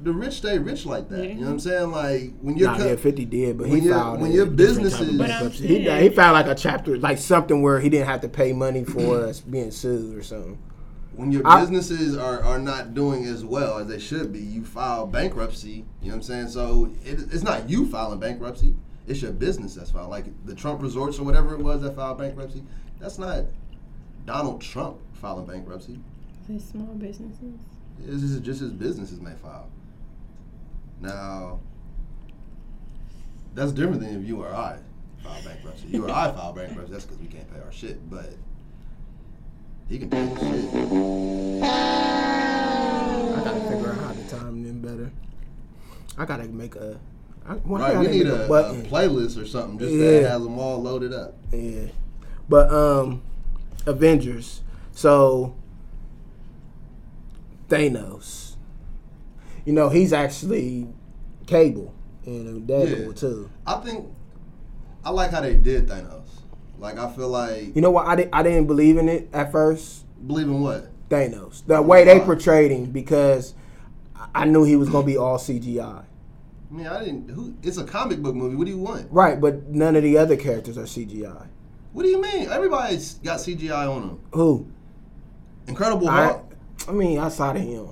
E: the rich stay rich like that.
B: Yeah.
E: You know what I'm saying? Like when your
A: Nah,
E: co-
A: yeah, 50 did, but he
E: when your-
A: filed
E: when
A: a
E: your
A: different type of
E: businesses- But I'm
A: bankruptcy. He,
B: saying-
A: he filed like a chapter, like something where he didn't have to pay money for us being sued or something.
E: when your
A: I-
E: businesses are, are not doing as well as they should be, you file bankruptcy. You know what I'm saying? So it, it's not you filing bankruptcy. It's your business that's filed. Like the Trump Resorts or whatever it was that filed bankruptcy. That's not Donald Trump filing bankruptcy.
B: They're small businesses.
E: This is just his businesses may file. Now, that's different than if you or I file bankruptcy. You or I file bankruptcy, that's because we can't pay our shit, but he can pay his shit.
A: I gotta figure out how to time them better. I gotta make a. I, why
E: Right,
A: I
E: we
A: didn't
E: need
A: make
E: a, a
A: button?
E: playlist or something just
A: Yeah.
E: that has them all loaded up.
A: Yeah. But um Avengers. So Thanos. You know, he's actually Cable and uh, Deadpool
E: Yeah.
A: too.
E: I think I like how they did Thanos. Like I feel like
A: You know what? I didn't I didn't believe in it at first.
E: believe in what?
A: Thanos. The way they
E: Why?
A: portrayed him because I- I knew he was gonna be all CGI.
E: I mean, I didn't. Who? It's a comic book movie. What do you want?
A: Right, but none of the other characters are CGI.
E: What do you mean? Everybody's got CGI on them.
A: Who?
E: Incredible
A: I,
E: Hulk.
A: I mean, outside of him,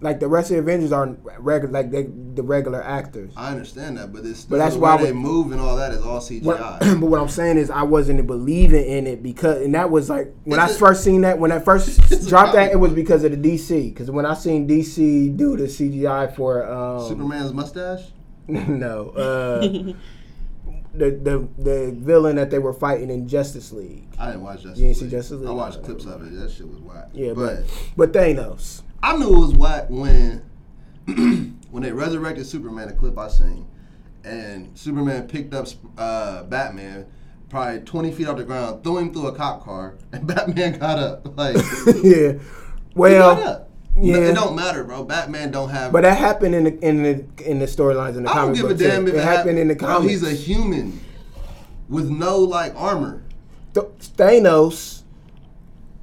A: like the rest of the Avengers are regular, like they, the regular actors.
E: I understand that, but it's
A: But that's
E: the
A: why
E: way they
A: we-
E: move and all that is all
A: What-
E: CGI.
A: but what I'm saying is I wasn't believing in it because, and that was like when I
E: It's a-
A: first seen that, when I first
E: It's a
A: dropped that,
E: comic
A: it was
E: book.
A: because of the DC. Because when I seen DC do the CGI for um,
E: Superman's mustache.
A: no, uh, the the the villain that they were fighting in Justice League,
E: I didn't watch Justice.
A: You ain't see
E: League.
A: Justice League?
E: I watched clips of it. That shit was whack.
A: yeah,
E: but,
A: but but Thanos,
E: I knew it was whack when when they resurrected Superman. A clip I seen, and Superman picked up uh, Batman. Probably 20 feet off the ground, threw him through a cop car, and Batman got up. Like, he
A: yeah,
E: got
A: well.
E: up.
A: yeah.
E: Yeah. It don't matter, bro. Batman don't have.
A: But that happened in the in the in the storylines in the
E: I don't
A: comic
E: give a
A: book.
E: damn
A: too.
E: if
A: it happened in the
E: Bro,
A: comics.
E: He's a human with no like armor.
A: Th- Thanos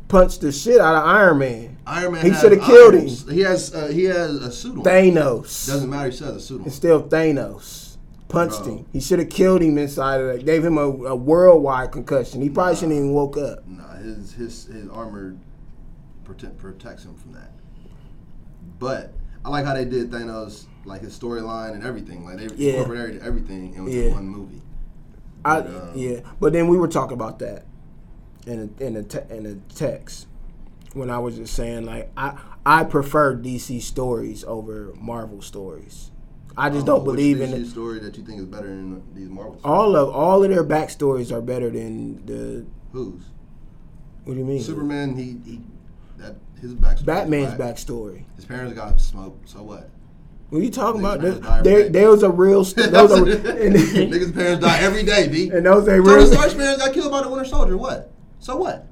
A: punched the shit out of Iron Man.
E: Iron Man.
A: He
E: has
A: shoulda killed
E: irons. He has uh, he has a suit on.
A: Thanos.
E: Doesn't Oh. matter. He still has a suit on.
A: It's still Thanos. Punched
E: Bro.
A: him. He should have killed him inside of that. Gave him a, a worldwide concussion. He probably shouldn't even woke up.
E: nah, his his his armor protect, protects him from that. But I like how they did Thanos, like his storyline and everything. Like they
A: Yeah.
E: incorporated everything into
A: Yeah.
E: one movie.
A: I,
E: But, um,
A: yeah. But then we were talking about that in a, in a te- in a text when I was just saying like I I prefer DC stories over Marvel stories. I just don't
E: Which
A: believe in
E: DC
A: it.
E: story that you think is better than these Marvel. Stories.
A: all of all of their backstories are better than the.
E: Who's
A: What do you mean?
E: Superman? He he. That his backstory. is
A: Batman's
E: whack.
A: backstory.
E: His parents got smoked. So what?
A: What are you talking
E: Niggas
A: about? There,
E: parents die
A: there,
E: every day.
A: there was a real. St- those are, and,
E: Niggas' parents die every day, B.
A: and those ain't
E: Tony
A: real.
E: Stark's parents got killed by the Winter Soldier. What? So what?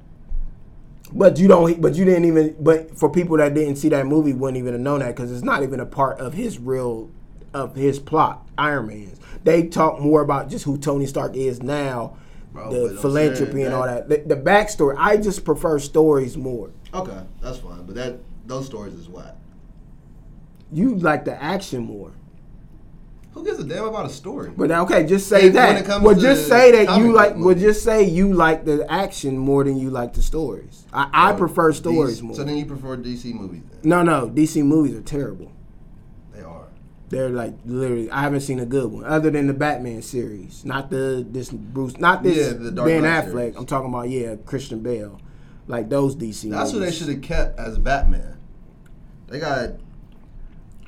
A: But you don't. But you didn't even. But for people that didn't see that movie, wouldn't even have known that because it's not even a part of his real of his plot, Iron Man's. They talk more about just who Tony Stark is now,
E: Bro, but
A: the
E: I'm
A: philanthropy
E: saying
A: and all that. The, the backstory. I just prefer stories more.
E: Okay, that's fine. But that those stories is whack.
A: You like the action more.
E: Who gives a damn about a story?
A: But now, okay, just say
E: If- when it
A: that.
E: comes
A: Well,
E: to
A: just say that
E: comic
A: you
E: book
A: like. Well,
E: movies.
A: just say you like the action more than you like the stories. I, I
E: Or
A: prefer stories
E: DC
A: more.
E: Oh, So then you prefer DC movies? Then
A: no, no, DC movies are terrible.
E: they are.
A: They're like literally. I haven't seen a good one other than the Batman series. Not the this Bruce. Not this
E: Yeah, the Dark
A: Ben
E: Knight
A: Affleck.
E: series.
A: I'm talking about yeah, Christian Bale. Like those DC.
E: That's who they
A: movies.
E: should have kept as Batman. They got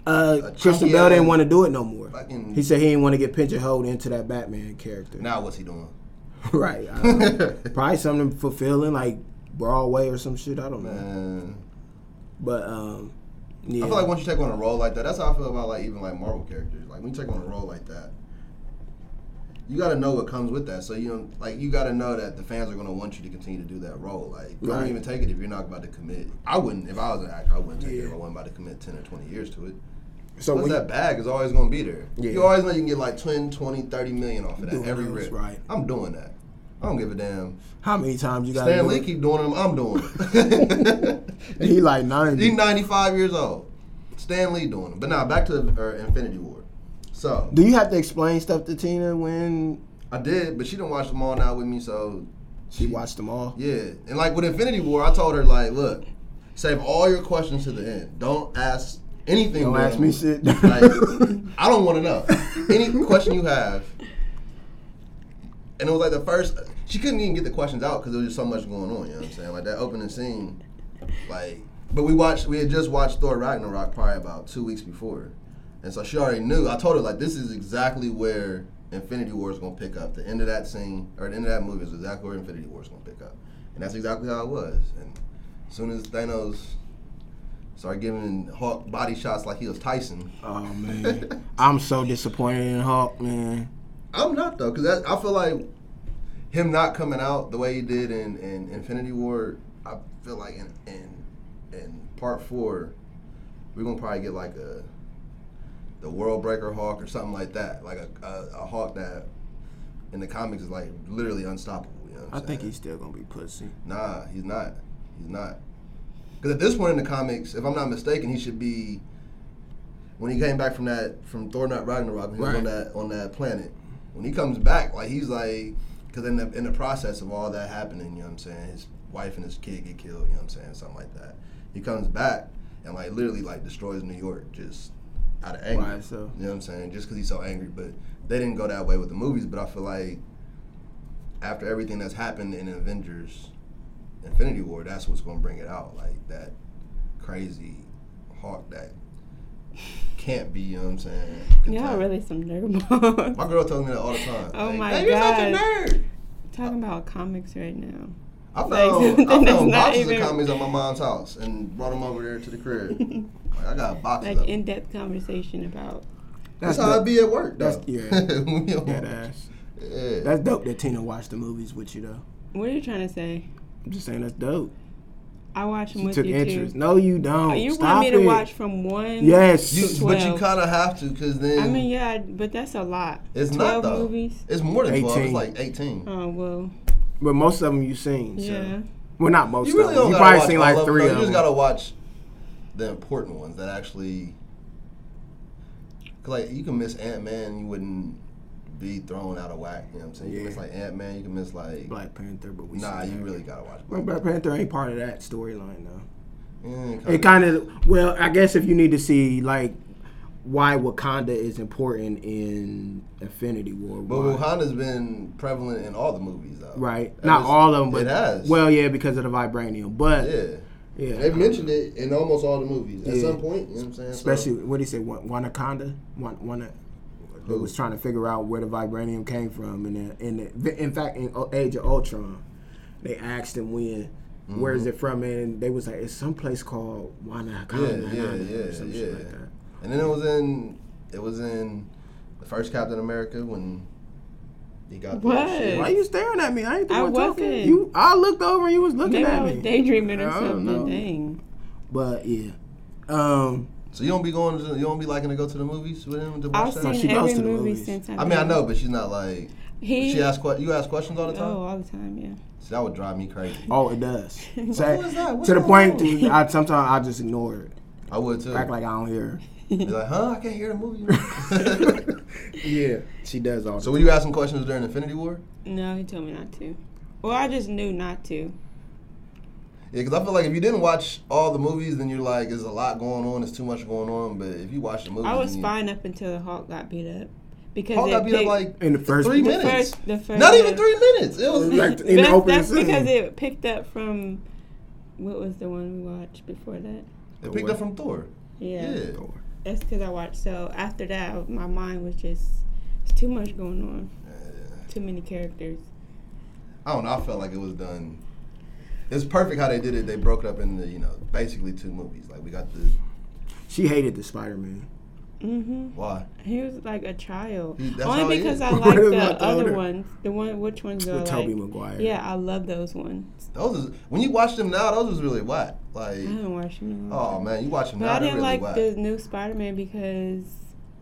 A: Uh,
E: a
A: Christian
E: chunky mm.
A: Bale didn't
E: ass
A: want to do it no more.
E: fucking-
A: He said he didn't want to get pigeonholed into that Batman character.
E: now. What's he doing?
A: right. I don't know. Probably something fulfilling like Broadway or some shit. I don't know.
E: Man,
A: But um, yeah.
E: I feel like once you take on a role like that, that's how I feel about like even like Marvel characters. Like when you take on a role like that, you got to know what comes with that. So you don't like you got to know that the fans are going to want you to continue to do that role. Like you
A: Right.
E: don't even take it if you're not about to commit. I wouldn't if I was an actor. I wouldn't take it if
A: Yeah.
E: I wasn't about to commit ten or twenty years to it.
A: so
E: Plus
A: when-
E: that bag is always going to be there.
A: Yeah.
E: You always know you can get like 10, 20, 30 million off of that
A: Doing
E: every
A: those,
E: rip.
A: right.
E: I'm doing that. I don't give a damn.
A: how many times you got
E: Stan Lee keep doing them. I'm doing it.
A: He like
E: He's
A: ninety.
E: 95 years old. Stan Lee doing them. But now back to uh, Infinity War. So
A: Do you have to explain stuff to Tina when
E: I did, but she didn't watch them all now with me. So
A: she watched them all?
E: yeah, and like with Infinity War, I told her like, look, save all your questions to the end. Don't ask anything.
A: Don't
E: during
A: ask
E: the
A: me
E: movie.
A: shit.
E: Like, I don't want to know any question you have. And it was like the first. She couldn't even get the questions out because there was just so much going on. You know what I'm saying? Like that opening scene, like. But we watched. We had just watched Thor Ragnarok probably about two weeks before, and so she already knew. I told her like this is exactly where Infinity War is gonna pick up. The end of that scene or the end of that movie is exactly where Infinity War is gonna pick up, and that's exactly how it was. And as soon as Thanos started giving Hawk body shots like he was Tyson,
A: Oh man, I'm so disappointed in Hulk, man.
E: I'm not though, because I feel like him not coming out the way he did in, in Infinity War. I feel like in, in in Part Four, we're gonna probably get like a the World Breaker Hawk or something like that, like a, a, a Hawk that in the comics is like literally unstoppable. You know what
A: I
E: I'm
A: think
E: saying?
A: he's still gonna be pussy.
E: Nah, he's not. He's not. Because at this point in the comics, if I'm not mistaken, he should be. When he came back from that from Thor Nut Ragnarok, when he was on
A: Right.
E: that on that planet. When he comes back, like he's like, because in the in the process of all that happening, you know what I'm saying, his wife and his kid get killed, you know what I'm saying, something like that. He comes back and like literally like destroys New York just out of anger.
A: Why so?
E: You know what I'm saying? Just because he's so angry, but they didn't go that way with the movies. But I feel like after everything that's happened in Avengers, Infinity War, that's what's gonna bring it out. Like that crazy hawk that can't be, you know what I'm saying? Can
B: Y'all
E: tell.
B: really some nerd
E: My girl tells me that all the time.
B: Oh
E: Like,
B: my
E: "Babe, you're such a
B: God.
E: nerd.
B: Talking about comics right now.
E: I
B: Like,
E: found,
B: something
E: I
B: that's
E: found
B: not
E: boxes
B: even-
E: of comics at my mom's house and brought them over there to the crib. like, I got boxes
B: Like
E: of them.
B: in depth conversation about
E: That's,
A: That's
E: how I
A: dope.
E: be at work.
A: That's-
E: though.
A: yeah.
E: When we on-
A: That ass.
E: yeah.
A: That's dope that Tina watched the movies with you though.
B: what are you trying to say?
A: I'm just saying that's dope.
B: I watch them
A: She
B: with
A: took
B: you
A: interest.
B: too.
A: No, you don't.
B: You
A: Stop
B: want me to
A: it.
B: watch from one?
A: Yes.
E: You, but you
B: Twelve.
E: kind of have to, cause then
B: I mean, yeah, I- but that's a lot.
E: it's not
B: Twelve
E: though.
B: movies.
E: It's more than twelve. It's
A: 18.
E: like eighteen.
B: Oh well,
A: but most of them you seen. So.
B: yeah.
A: Well, not most
E: You
A: of
E: really
A: them.
E: don't
A: You
E: gotta
A: probably
E: watch
A: seen
E: all
A: like
E: of them,
A: three
E: though.
A: of
E: You just
A: them.
E: gotta watch the important ones that actually, cause like you can miss Ant Man, you wouldn't be thrown out of whack. You know what I'm saying? You
A: Yeah.
E: can miss like Ant Man, you can miss like
A: Black Panther, but we
E: nah.
A: seen
E: You
A: that.
E: really gotta watch.
A: Well, Black Panther ain't part of that storyline though.
E: Mm,
A: It kind of well, I guess if you need to see like why Wakanda is important in Infinity War,
E: But
A: why-
E: Wakanda's been prevalent in all the movies though.
A: right?
E: Ever
A: Not
E: s-
A: all of them, but
E: it has.
A: well, yeah, because of the vibranium. But yeah,
E: yeah. They mentioned it in almost all the movies at
A: Yeah.
E: some point. You know what I'm saying?
A: especially what do you say, Wan- Wanaconda, Wan- Wana. Who was trying to figure out where the vibranium came from, and then- and the, in fact, in O- Age of Ultron, they asked him when, where
E: Mm-hmm.
A: is it from, and they was like, it's some place called Wanaconda,
E: Yeah, yeah,
A: or
E: yeah,
A: some
E: yeah.
A: shit like that.
E: And then it was in it was in the first Captain America when he got the
B: What?
E: shit.
A: Why you staring at me? I ain't the
B: I
A: one
B: wasn't.
A: talking. You, I looked over and you was looking
B: Maybe
A: at
B: I was
A: me.
B: daydreaming or
A: I don't know.
B: something. Dang.
A: But yeah, um,
E: So you don't be going. To, you don't be liking to go to the movies with him to watch
B: I've
E: that.
A: No,
B: seen
A: she goes
B: every
A: to the
B: movie
A: movies.
B: since I've
E: I mean, I know, but she's not like.
B: He,
E: She asks que- You ask questions all the time.
B: Oh, all the time, yeah.
E: See, that would drive me crazy.
A: Oh, it does. So,
E: Who is that? What's
A: to the
E: going
A: point,
E: on?
A: dude, I sometimes I just ignore it,
E: I would too.
A: act like I don't hear.
E: Be like, huh? I can't hear the movie.
A: her. yeah, she does all.
E: so
A: So
E: were you asking questions during Infinity War?
B: No, he told me not to. Well, I just knew not to.
E: Yeah, because I feel like if you didn't watch all the movies, then you're like, there's a lot going on. There's too much going on. But if you watch the movies,
B: I was
E: then you-
B: fine up until the Hulk got beat up. Because
E: Mm. Hulk
B: it
E: got beat up
B: picked-
E: like
A: in the first
E: three
A: the
B: the
E: minutes.
B: first, the first
E: Not even
B: uh,
E: three minutes. It was
A: like in the
B: that's,
A: opening
B: that's
A: scene.
B: because it picked up from what was the one we watched before that?
E: it picked up from Thor.
B: Yeah,
E: Yeah.
B: that's because I watched. So after that, my mind was just it's too much going on, too many characters.
E: I don't know. I felt like it was done. It's perfect how they did it. They broke it up into you know basically two movies. Like we got the
A: she hated the Spider Man.
B: hmm
E: why
B: He was like a child.
E: He- that's how
B: Only
E: he
B: because
E: is.
B: I
A: Mm-hmm. What is
B: like the
A: my
B: other
A: daughter?
B: ones. The one, which ones do I
A: With
B: like?
A: Tobey Maguire.
B: Yeah, I love those ones.
E: those is, when you watch them now those was really whack. Like
B: I haven't watched them. in a long
E: oh
B: time.
E: man, you watch them
B: Mm. but
E: now
B: I
E: they're
B: didn't
E: really
B: like
E: whack.
B: the new Spider-Man because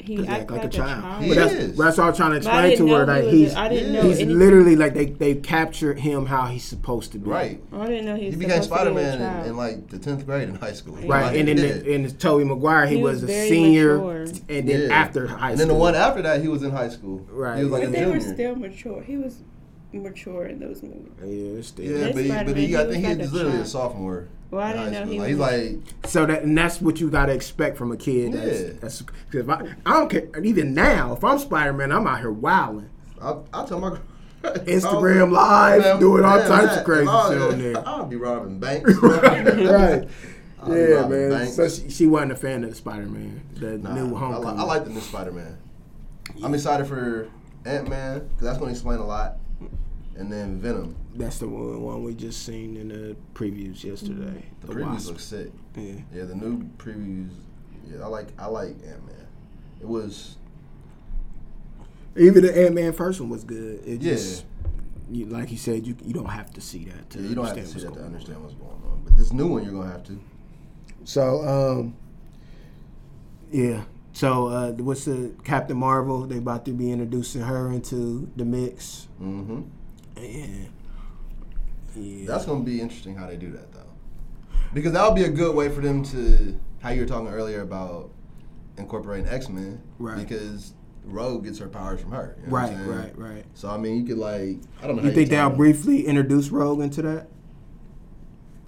B: he
A: Cause
B: acted
A: he act like, a child.
E: He
A: But that's,
E: is.
A: that's what I was trying to
B: But I
A: explain
B: didn't
A: to
B: know
A: her. Like
B: he was.
A: he's
B: a, I didn't
E: yeah.
B: know.
A: he's
B: anything.
A: literally like they they captured him how he's supposed to be.
E: right.
B: I didn't know he was.
E: He became
B: supposed to
E: Spider
B: be a
E: Man
B: child.
E: in, in like the tenth grade in high school.
A: Right,
E: Like,
A: and then
E: yeah.
A: the, and it's Toby Maguire, he,
B: He
A: was,
B: was
A: a
B: very
A: senior,
B: mature.
A: and then
E: Yeah.
A: after high
E: And
A: school,
E: then the one after that, he was in high school.
A: Right.
E: He was like
A: But
E: a
B: But they
E: junior.
B: were still mature. He was mature in those movies.
A: yeah, it's still.
E: yeah,
B: This
E: but he, but
B: Spider-Man,
E: he,
B: he
E: I think
B: was
E: he
B: like
E: was
B: a
E: literally a
B: child.
E: sophomore.
B: Well, I
E: in
B: didn't
E: high
B: know
E: school.
B: he
E: Like,
B: was.
E: he's like
A: So that and that's what you gotta expect from a kid. That's,
E: Yeah.
A: that's because I, I don't care. and Even now, if I'm Spider Man, I'm out here wilding.
E: I, I tell my Oh,
A: Instagram Live, doing all types of crazy shit on there.
E: I'll be robbing banks.
A: right.
E: I'll be
A: Yeah,
E: robbing
A: man.
E: banks.
A: So she, she wasn't a fan of Spider Man, the
E: Nah,
A: new
E: I, li-
A: Homecoming.
E: I like the new Spider Man. I'm excited for Ant Man because that's going to explain a lot, and then Venom.
A: That's the one, one we just seen in the previews yesterday.
E: Mm, The,
A: The,
E: previews
A: Wasp.
E: look sick.
A: Yeah.
E: Yeah, the new previews. Yeah, I like I like Ant Man. It was
A: Even the Ant Man first one was good. It
E: Yeah.
A: just you, like you said, you you don't have to see that to
E: yeah, you don't have to
A: understand what's
E: see that to
A: going on.
E: understand what's going on, but this new one you're gonna have to.
A: So, um, yeah. So, uh, what's the Captain Marvel? They about to be introducing her into the mix.
E: hmm
A: And, yeah.
E: That's gonna be interesting how they do that though, because that would be a good way for them to how you were talking earlier about incorporating X Men,
A: Right.
E: Because Rogue gets her powers from her, you know what
A: right,
E: I'm saying?
A: right, right.
E: So I mean, you could like I don't know. how
A: You think
E: tie
A: they'll
E: it.
A: briefly introduce Rogue into that?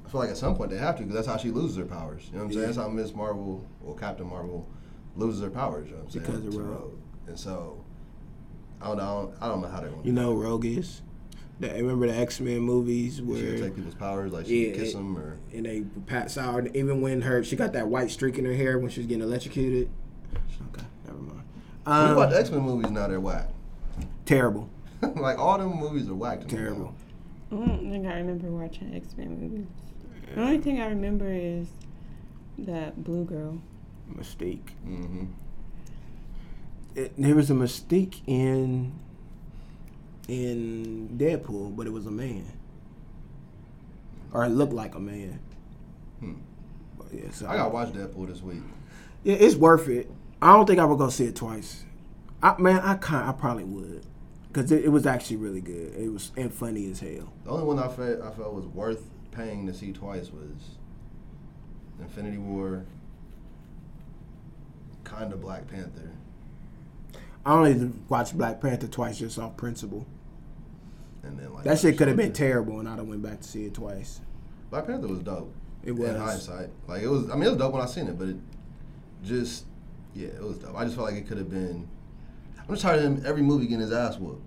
E: I feel like at some point they have to because that's how she loses her powers. You know what I'm saying?
A: Yeah.
E: That's how Miss Marvel or Captain Marvel loses her powers. You know what I'm saying?
A: Because of
E: To
A: Rogue.
E: And so I don't know. I don't, I don't know how they're going. to
A: You know, who Rogue is. That, remember the X Men movies
E: She
A: where
E: could take people's powers, like she
A: Yeah,
E: could kiss
A: it-
E: them, or
A: and they pass out. Even when her she got that white streak in her hair when she was getting electrocuted. Okay, never mind.
E: what about the
A: Um,
E: X Men movies now? They're whack.
A: terrible,
E: like all them movies are whack. To me now.
A: terrible.
B: I don't think I remember watching X Men movies. The only thing I remember is that Blue Girl.
A: Mystique.
E: Mhm.
A: it, there was a mystique in in Deadpool, but it was a man, or it looked like a man.
E: Hmm.
A: But yeah, so
E: I gotta watch Deadpool this week.
A: yeah, it's worth it. I don't think I would go see it twice. I, man, I kind, I probably would, because it, it was actually really good. It was and funny as hell.
E: The only one I felt I felt was worth paying to see twice was Infinity War, kinda Black Panther.
A: I only watched Black Panther twice just off principle.
E: And then like
A: That shit could have been
E: Soldier.
A: terrible, and I'd have went back to see it twice.
E: Black Panther was dope.
A: It
E: In
A: was.
E: hindsight, like it was. I mean, it was dope when I seen it, but it just yeah, it was dope. I just felt like it could have been. I'm just tired of him every movie getting his ass whooped.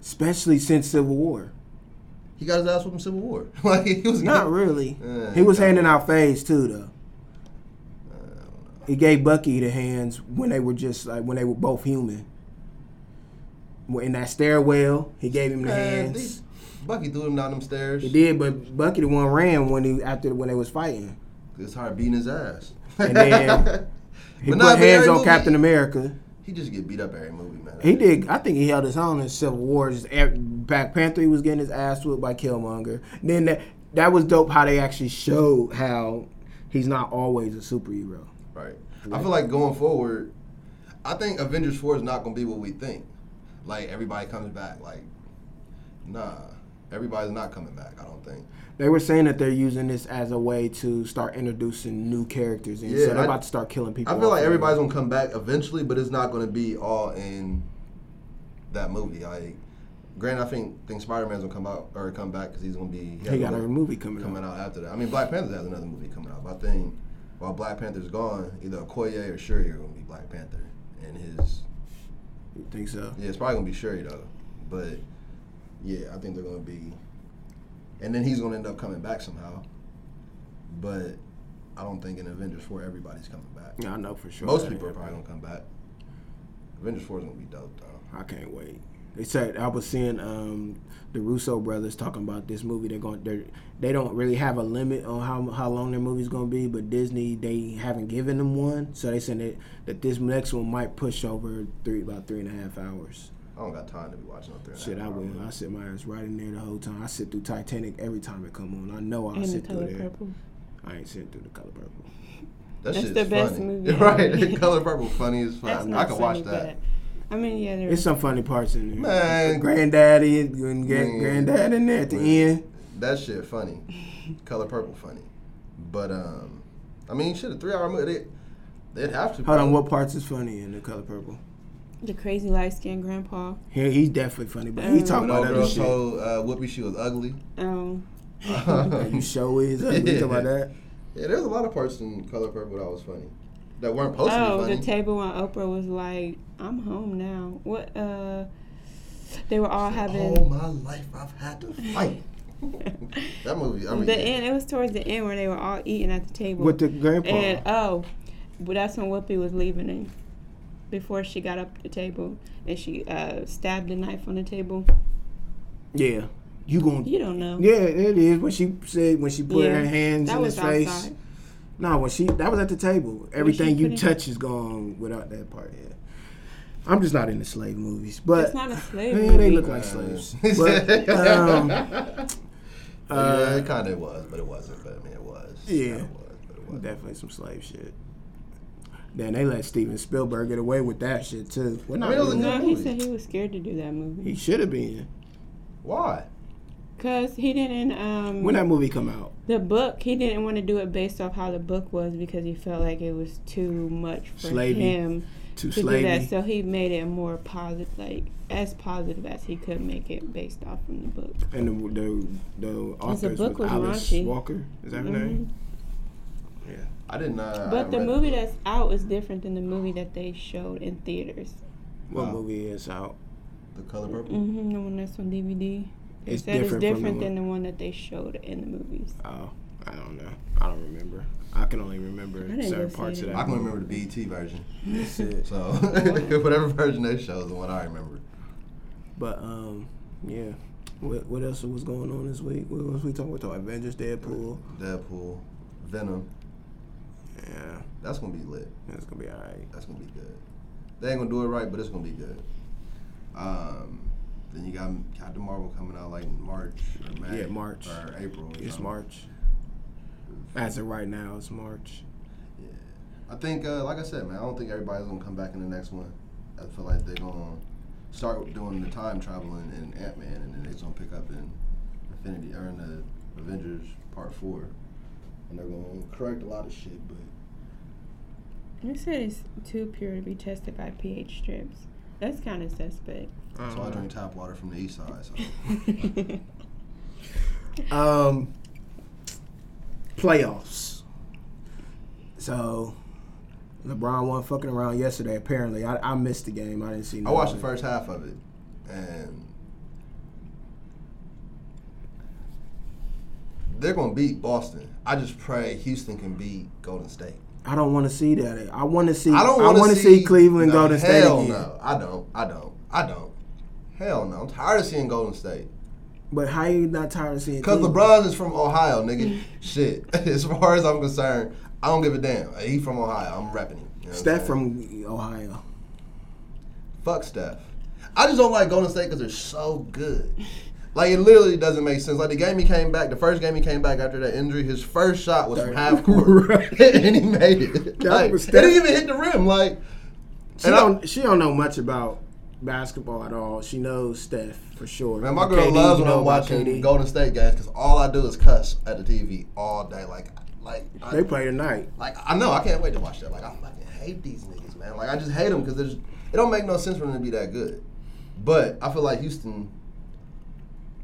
A: Especially since Civil War.
E: He got his ass whooped in Civil War. like he was
A: Not really.
E: Yeah,
A: he was
E: kinda. Uh,
A: handing out phase too, though.
E: I don't know.
A: He gave Bucky the hands when they were just like when they were both human. When- In that stairwell, he gave him the
E: Man,
A: hands.
E: these- Bucky threw him down them stairs.
A: He did, but Bucky the one ran when he after when they was fighting.
E: It's hard beating his ass.
A: And then He
E: But
A: put
E: nah, but
A: hands
E: every
A: on
E: movie-
A: Captain America.
E: He just get beat up every movie, man.
A: He did. I think he held his own in Civil War. Just ev- Black Panther, he was getting his ass whipped by Killmonger. Then that that was dope how they actually showed how he's not always a superhero.
E: Right. I feel like going forward, I think Avengers Four is not gonna be what we think. Like everybody comes back. Like, nah, everybody's not coming back. I don't think.
A: They were saying that they're using this as a way to start introducing new characters, and so
E: Yeah,
A: they're
E: I-
A: about to start killing people.
E: I feel
A: off.
E: like everybody's gonna come back eventually, but it's not gonna be all in that movie. Like, granted, I think think Spider Man's gonna come out or come back because he's gonna be
A: He got a
E: another
A: movie coming,
E: coming
A: out.
E: out after that. I mean, Black Panther has another movie coming out. But I think while Black Panther's gone, either Okoye or Shuri are gonna be Black Panther, and his
A: You think so?
E: yeah, it's probably gonna be Shuri though. But yeah, I think they're gonna be, and then he's gonna end up coming back somehow. But I don't think in Avengers Four everybody's coming back.
A: Yeah, I know for sure.
E: Most
A: That
E: people are
A: happened.
E: probably gonna come back. Avengers Four is gonna be dope though.
A: I can't wait. They said I was seeing um, the Russo brothers talking about this movie. They're going. They're, they don't really have a limit on how how long their movie's going to be, but Disney they haven't given them one. So they said that, that this next one might push over three about three and a half hours.
E: I don't got time to be watching no three. and a
A: Shit,
E: half
A: I
E: hour
A: will.
E: movie.
A: I sit my ass right in there the whole time. I sit through Titanic every time it come on. I know I
B: And the
A: sit through
B: color
A: there.
B: purple.
A: I ain't sitting through the color purple.
E: That
B: That's
E: shit's
B: the best
E: funny.
B: movie ever.
E: right? Color Purple, funny as
B: That's
E: fuck.
B: not
E: I could watch
B: funny,
E: that.
B: but- I mean, yeah, there
A: It's
B: is.
A: some funny parts in there.
E: Man.
A: granddaddy, grand,
E: Man.
A: granddad in there at the
E: Man.
A: end.
E: That shit funny. Color Purple, funny. But um, I mean, shit, a three-hour movie. They, they'd have to.
A: Hold on, what parts is funny in the color purple?
B: The crazy light skinned grandpa.
A: He, he's definitely funny, but he
B: Um,
A: talking
E: When
A: about
E: old
A: other
E: girl
A: shit.
E: told uh, Whoopi she was ugly.
B: Um,
A: Like, you show is ugly.
E: Yeah.
A: You talking about that?
E: Yeah, there's a lot of parts in Color Purple that was funny, that weren't supposed
B: oh,
E: to
B: the
E: be funny.
B: table when Oprah was like, I'm home now. What, uh, they were all having.
E: All my life I've had to fight. that movie. I mean,
B: the end, it was towards the end where they were all eating at the table.
A: With the grandpa.
B: And oh, but that's when Whoopi was leaving and before she got up the table and she uh, stabbed a knife on the table.
A: yeah, you going? to
B: You don't know.
A: Yeah, it is. When she said when she put her hands
B: that
A: in
B: was
A: his face.
B: outside.
A: No, when she that was at the table. Everything
B: put
A: you
B: it-
A: touch is gone without that part. Yeah. I'm just not into slave movies, but
B: It's not a slave
A: yeah,
B: movie.
A: they look like slaves. But, um,
E: yeah,
A: uh,
E: it kind of was, but it wasn't. But I mean, it was.
A: Yeah.
E: It was, but it wasn't.
A: definitely some slave shit. Then they let Steven Spielberg get away with that shit too. Well, not
E: I mean, it was a
A: really.
E: good-
B: No, he
E: movie.
B: said he was scared to do that movie
A: He should have been.
E: Why?
B: because he didn't. Um,
A: When that movie come out,
B: the book, he didn't want to do it based off how the book was because he felt like it was too much for
A: Slavey.
B: him
A: to
B: to do that.
A: slave.
B: So he made it more positive, like as positive as he could make it based off from the book.
A: And the the, the author is
B: book Mm-hmm. was
A: Alice
B: raunchy.
A: Walker. Is that her name? Yeah.
E: I did not. I
B: Uh, But the
E: read
B: movie
E: it.
B: that's out is different than the movie that they showed in theaters.
A: What
E: Wow.
A: movie is out?
E: the color purple.
B: hmm the one that's on DVD. They
A: It's
B: said
A: different
B: it's
A: from
B: different
A: the
B: than the one that they showed in the movies.
A: Oh, I don't know. I don't remember. I can only remember
B: didn't
A: certain
B: go
A: parts
B: see
A: of
B: it.
A: that.
E: I can
A: movie.
E: remember the BET version.
A: That's it.
E: So whatever version they show is the one I remember.
A: But um, yeah. What, what else was going on this week? What was we talking about? Avengers, Deadpool.
E: Deadpool, Venom.
A: Yeah,
E: That's gonna be lit.
A: that's gonna be all right.
E: That's gonna be good. They ain't gonna do it right, but it's gonna be good. Um, then you got Captain Marvel coming out like in March or May.
A: Yeah, March.
E: or April. or
A: It's
E: something.
A: March. As of right now, it's March.
E: I think, uh, like I said, man, I don't think everybody's gonna come back in the next one. I feel like they're gonna start doing the time traveling in Ant Man, and then they're gonna pick up in Infinity or in the Avengers Part Four, and they're gonna correct a lot of shit. But
B: They said it's too pure to be tested by pH strips. That's kind of suspect.
E: so I drink tap water from the East Side. So
A: Um, playoffs. So, LeBron wasn't fucking around yesterday. Apparently, I, I missed the game. I didn't see.
E: I
A: none
E: watched
A: of
E: the
A: it.
E: first half of it, and they're gonna beat Boston. I just pray Houston can beat Golden State.
A: I don't want to see that. I want to see.
E: I don't.
A: I
E: want to
A: see, Cleveland
E: no,
A: go to state
E: hell
A: again.
E: No, I don't. I don't. I don't. Hell no. I'm tired of seeing Golden State.
A: But how you not tired of seeing?
E: Cause
A: Cleveland?
E: LeBron is from Ohio, nigga. Shit. As far as I'm concerned, I don't give a damn. He from Ohio. I'm repping him. You know what I'm
A: Steph
E: saying?
A: from Ohio.
E: Fuck Steph. I just don't like Golden State because they're so good. Like it literally doesn't make sense. Like the game he came back, the first game he came back after that injury, his first shot was from half court,
A: Right.
E: and he made it.
A: That
E: Like,
A: was-
E: it didn't even hit the rim. Like
A: She
E: And I-
A: don't. she don't know much about basketball at all. She knows Steph for sure.
E: Man, my
A: But
E: girl
A: KD,
E: loves
A: you
E: when
A: know
E: I'm
A: about
E: watching
A: KD.
E: Golden State guys because all I do is cuss at the TV all day. Like, like I,
A: They play tonight.
E: Like I know I can't wait to watch that. Like I fucking hate these niggas, man. Like I just hate them because there's it don't make no sense for them to be that good. But I feel like Houston,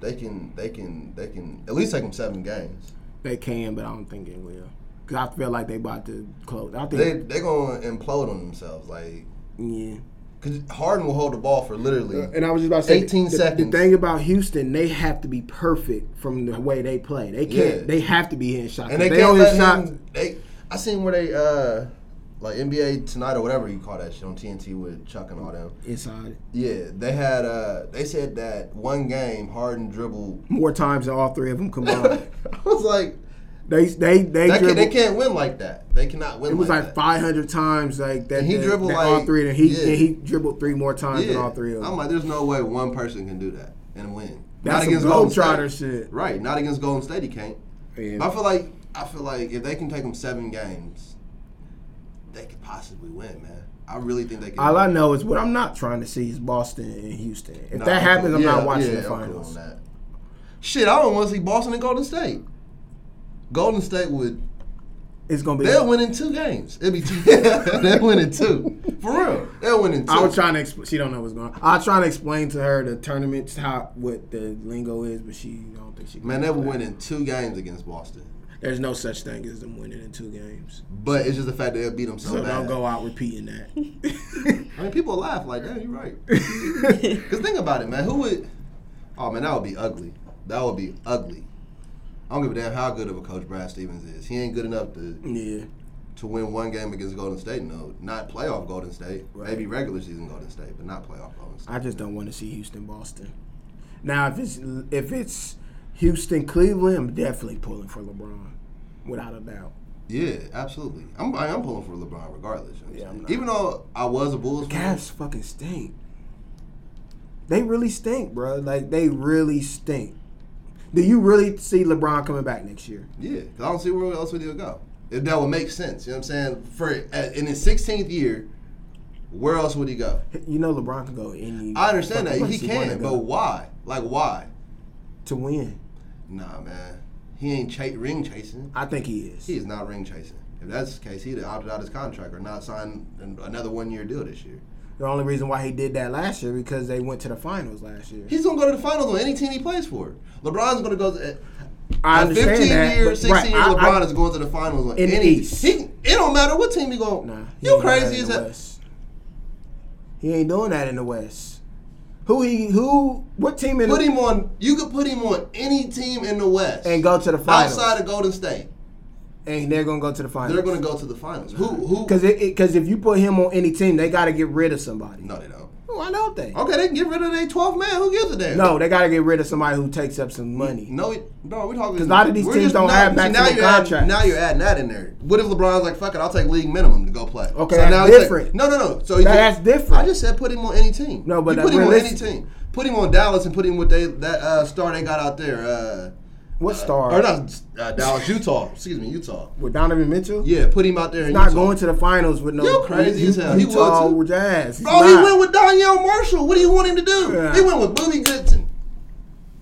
E: they can they can they can at least take them seven games.
A: They can, but I don't think it will. Cause I feel like they about to close. I
E: They
A: think.
E: they gonna implode on themselves. Like
A: yeah.
E: because Harden will hold the ball for literally.
A: Uh, And I was just about to say,
E: 18
A: the,
E: seconds.
A: The thing about Houston, they have to be perfect from the way they play. They can't.
E: Yeah.
A: They have to be hitting shots.
E: And
A: If
E: they,
A: don't
E: can't
A: hit
E: let
A: shots-
E: him. They, I seen where they uh like NBA Tonight or whatever you call that shit on TNT with Chuck and all them.
A: inside
E: Yeah, they had uh they said that one game Harden dribbled.
A: more times than all three of them combined.
E: I was like,
A: they they they
E: that can,
A: dribbled.
E: they can't win like that. They cannot win.
A: it was
E: like,
A: like
E: that.
A: five hundred times like that.
E: And he
A: that-
E: dribbled
A: that all
E: like-
A: three, and he
E: yeah.
A: and he dribbled three more times than
E: Yeah.
A: all three of them.
E: I'm like, there's no way one person can do that and win.
A: That's some
E: Golden
A: Globetrotter
E: State.
A: shit.
E: Right, not against Golden State. He can't. I feel like I feel like if they can take them seven games, they could possibly win, man. I really think they can.
A: All I know is what I'm not trying to see is Boston and Houston. If
E: Nah,
A: that
E: I'm
A: happens,
E: cool.
A: I'm
E: Yeah,
A: not watching the
E: yeah, I'm cool on
A: finals.
E: that. Shit, I don't want to see Boston and Golden State. Golden State would
A: it's gonna be.
E: they'll win in two games. It'd be two. they'll win in two for real. They'll win in two.
A: I was trying to. Expl- she don't know what's going. on. I was trying to explain to her the tournaments how what the lingo is, but she don't think she.
E: Man, they would win in two games against Boston,
A: There's no such thing as them winning in two games.
E: but it's just the fact that they'll beat them so,
A: So
E: bad.
A: don't go out repeating that.
E: I mean, people laugh like, "Damn, you're right." Cause think about it, man. Who would? Oh man, that would be ugly. That would be ugly. I don't give a damn how good of a coach Brad Stevens is. He ain't good enough to
A: yeah,
E: to win one game against Golden State. No, not playoff Golden State.
A: Right.
E: Maybe regular season Golden State, but not playoff Golden State.
A: I just don't want to see Houston Boston. Now if it's if it's Houston Cleveland, I'm definitely pulling for LeBron, without a doubt.
E: yeah, absolutely. I'm I am pulling for LeBron regardless. you know what I'm
A: Yeah, I'm
E: saying?
A: not.
E: Even though I was a Bulls fan,
A: Cavs fucking stink. They really stink, bro. Like they really stink. Do you really see LeBron coming back next year?
E: yeah, 'cause I don't see where else would he go. If that would make sense, you know what I'm saying? For at, in his 16th year, where else would he go?
A: You know LeBron can go any.
E: I understand
A: fucking
E: that
A: place
E: he
A: wanna
E: can,
A: go
E: but why? Like why?
A: to win,
E: Nah, man, he ain't cha- ring chasing.
A: I think he is.
E: He is not ring chasing. If that's the case, he'd have opted out his contract or not signed an- another one year deal this year.
A: The only reason why he did that last year because they went to the finals last year.
E: He's gonna go to the finals on any team he plays for. LeBron's gonna go. To,
A: I
E: a
A: understand
E: fifteen
A: that,
E: year,
A: but-
E: sixteen
A: right,
E: year
A: I-
E: LeBron
A: I-
E: is going to the finals on
A: In the
E: any.
A: East.
E: He, it don't matter what team he go.
A: Nah, he
E: you
A: ain't doing
E: crazy
A: in
E: as
A: the
E: that.
A: West. He ain't doing that in the West. Who he? Who? What team in
E: Put
A: the
E: him on. You could put him on any team in the West
A: and go to the finals?
E: outside of Golden State.
A: and they're gonna go to the finals.
E: They're gonna go to the finals. Who? Who?
A: Because because if you put him on any team, they got to get rid of somebody.
E: No, they don't.
A: Why don't they?
E: Okay, they can get rid of their 12th man. Who gives a damn?
A: No, they got to get rid of somebody who takes up some money.
E: No, it- bro, we're talking.
A: 'Cause a lot of these
E: we're
A: teams
E: just-
A: don't have
E: see,
A: maximum
E: now you're adding-
A: contracts.
E: now you're adding that in there. What if LeBron's like, fuck it, I'll take league minimum to go play?
A: Okay, that's
E: now he's like-
A: different.
E: no, no, no. So you
A: That-
E: just-
A: that's different.
E: I just said put him on any team.
A: No, but
E: you
A: that-
E: put him on any
A: realistic-
E: team. Put him on Dallas and put him with they, that uh, star they got out there. Uh,
A: What star?
E: Or not uh, Dallas, Utah. Excuse me, Utah.
A: With Donovan Mitchell?
E: Yeah, put him out there. in
A: Not
E: Utah.
A: going to the finals with no.
E: You're crazy as hell. He
A: Utah
E: would,
A: Jazz. He's
E: Bro, he
A: not.
E: went with Danielle Marshall. What do you want him to do?
A: Yeah.
E: He went with Booby Goodson.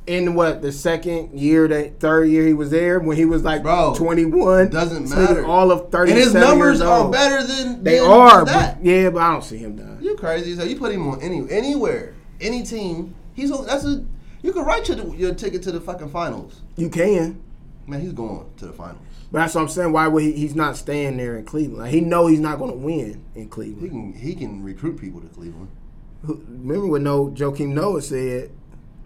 A: in what the second year, that third year he was there when he was like
E: Bro,
A: twenty one.
E: doesn't matter.
A: All of thirty.
E: And his numbers are
A: old.
E: better than
A: They
E: than
A: are.
E: that.
A: But, yeah, but I don't see him done.
E: You crazy? So you put him on any anywhere, any team. He's on, that's a you can write your your ticket to the fucking finals.
A: You can.
E: Man, he's going to the finals.
A: But that's what I'm saying. Why would he, he's not staying there in Cleveland? Like, he know he's not going to win in
E: He
A: Cleveland.
E: can he can recruit people to Cleveland.
A: Who- Remember what no Joakim Noah said?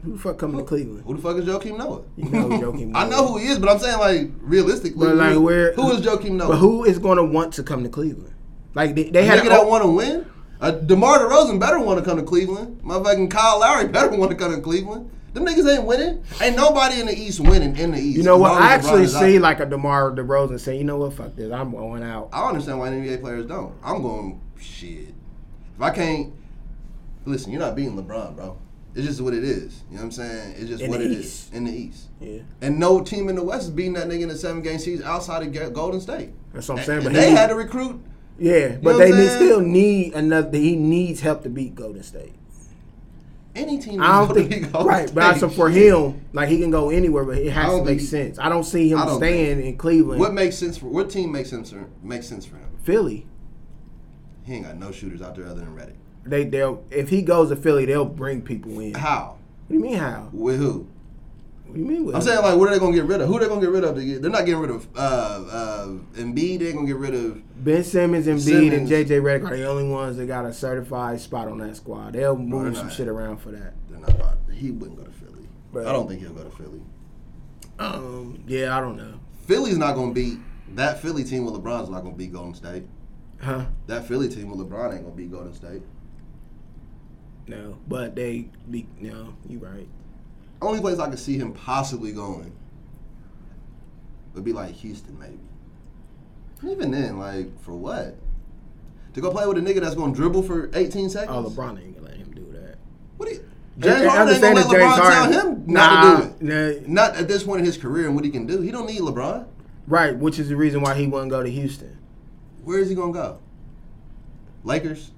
A: Who the fuck coming to Cleveland?
E: Who the fuck is Joakim Noah?
A: You know Joakim
E: I
A: Noah.
E: know who he is, but I'm saying like realistically,
A: But like where?
E: who is Joakim Noah?
A: But who is going to want to come to Cleveland? Like they, they
E: A
A: had
E: nigga that want to win? Uh, DeMar DeRozan better want to come to Cleveland. Motherfucking Kyle Lowry better want to come to Cleveland. Them niggas ain't winning. Ain't nobody in the East winning in the East.
A: You know what?
E: As long as
A: I
E: LeBron
A: actually
E: is out
A: see
E: there.
A: like a DeMar DeRozan say, you know what? Fuck this. I'm going out.
E: I don't understand why NBA players don't. I'm going shit. If I can't listen, you're not beating LeBron, bro. It's just what it is. You know what I'm saying? It's just
A: In
E: what
A: the
E: it is
A: East.
E: in the East.
A: Yeah,
E: And no team in the West is beating that nigga in a seven game series outside of Ga- Golden State.
A: that's what I'm
E: And-
A: saying.
E: and
A: But
E: they
A: he,
E: had to recruit.
A: yeah,
E: know
A: but
E: what
A: they
E: I'm
A: need,
E: saying?
A: still need another. He needs help to beat Golden State.
E: Any team
A: I don't
E: in the
A: think
E: Golden
A: right, but I,
E: State.
A: so for him, like he can go anywhere, but it
E: I
A: has
E: don't
A: to make
E: think-
A: sense. I don't see him
E: I don't
A: staying in Cleveland,
E: what makes sense for what team makes sense for makes sense for him?
A: Philly.
E: He ain't got no shooters out there other than Reddick.
A: They they'll if he goes to Philly, they'll bring people in. What
E: How?
A: do you mean how?
E: With who?
A: What do you mean? With
E: I'm saying like, what are they gonna get rid of? Who they gonna get rid of? to get- They're not getting rid of uh, uh, Embiid. They're gonna get rid of.
A: Ben Simmons, Embiid, and
E: Simmons.
A: JJ Redick are the only ones that got a certified spot on that squad. They'll move
E: they're
A: some
E: not.
A: shit around for that.
E: They're not. uh, He wouldn't go to Philly.
A: Right.
E: I don't think he'll go to Philly.
A: Um, yeah, I don't know,
E: Philly's not gonna beat that Philly team with LeBron's not gonna beat Golden State.
A: huh?
E: That Philly team with LeBron ain't gonna beat Golden State.
A: No, but they, be, no, you right.
E: Only place I could see him possibly going would be like Houston, maybe. And even then, like for what? To go play with a nigga that's gonna dribble for 18 seconds?
A: Oh, LeBron ain't gonna let him do that.
E: What do you? James Harden ain't
A: understand
E: gonna let
A: that
E: LeBron
A: James Harden-
E: tell him not to do it.
A: Nah, nah,
E: Not at this point in his career and what he can do. He don't need LeBron.
A: right, which is the reason why he wouldn't go to Houston.
E: Where is he gonna go? Lakers.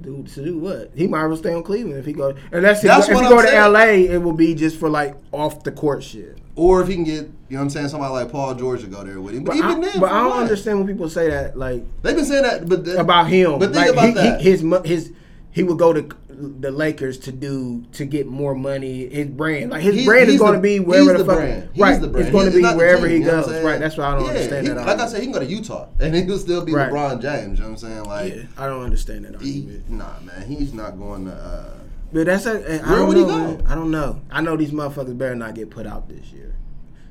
A: Dude, to do what? He might as well stay on Cleveland if he go. Unless he
E: That's
A: go, if
E: what
A: he
E: I'm
A: go to
E: saying.
A: LA, it will be just for like off the court shit.
E: Or if he can get, you know what I'm saying, somebody like Paul George to go there with him.
A: But,
E: But, even
A: I,
E: then,
A: but
E: for
A: I don't
E: what?
A: understand when people say that like
E: They've been saying that, but that,
A: about him.
E: But think
A: like,
E: about
A: he,
E: that.
A: He, his mo- his he would go to the Lakers to do to get more money. His brand, like his
E: He's-
A: brand
E: he's
A: is going
E: the-
A: to be wherever
E: he's
A: the, fuck.
E: brand. He's
A: right,
E: the brand.
A: it's going
E: He's
A: to be
E: not the
A: wherever
E: team,
A: he
E: you know what
A: goes.
E: I'm saying?
A: right, that's why I don't
E: Yeah,
A: understand
E: he-
A: that.
E: Like I
A: argument.
E: said, he can go to Utah and he'll still be
A: Right.
E: LeBron James. You know what I'm saying? Like,
A: yeah, I don't understand that
E: he,
A: argument.
E: nah, man, he's not going to. Uh,
A: But that's a, I
E: Where
A: don't
E: would he
A: know,
E: go?
A: man. I don't know. I know these motherfuckers better not get put out this year,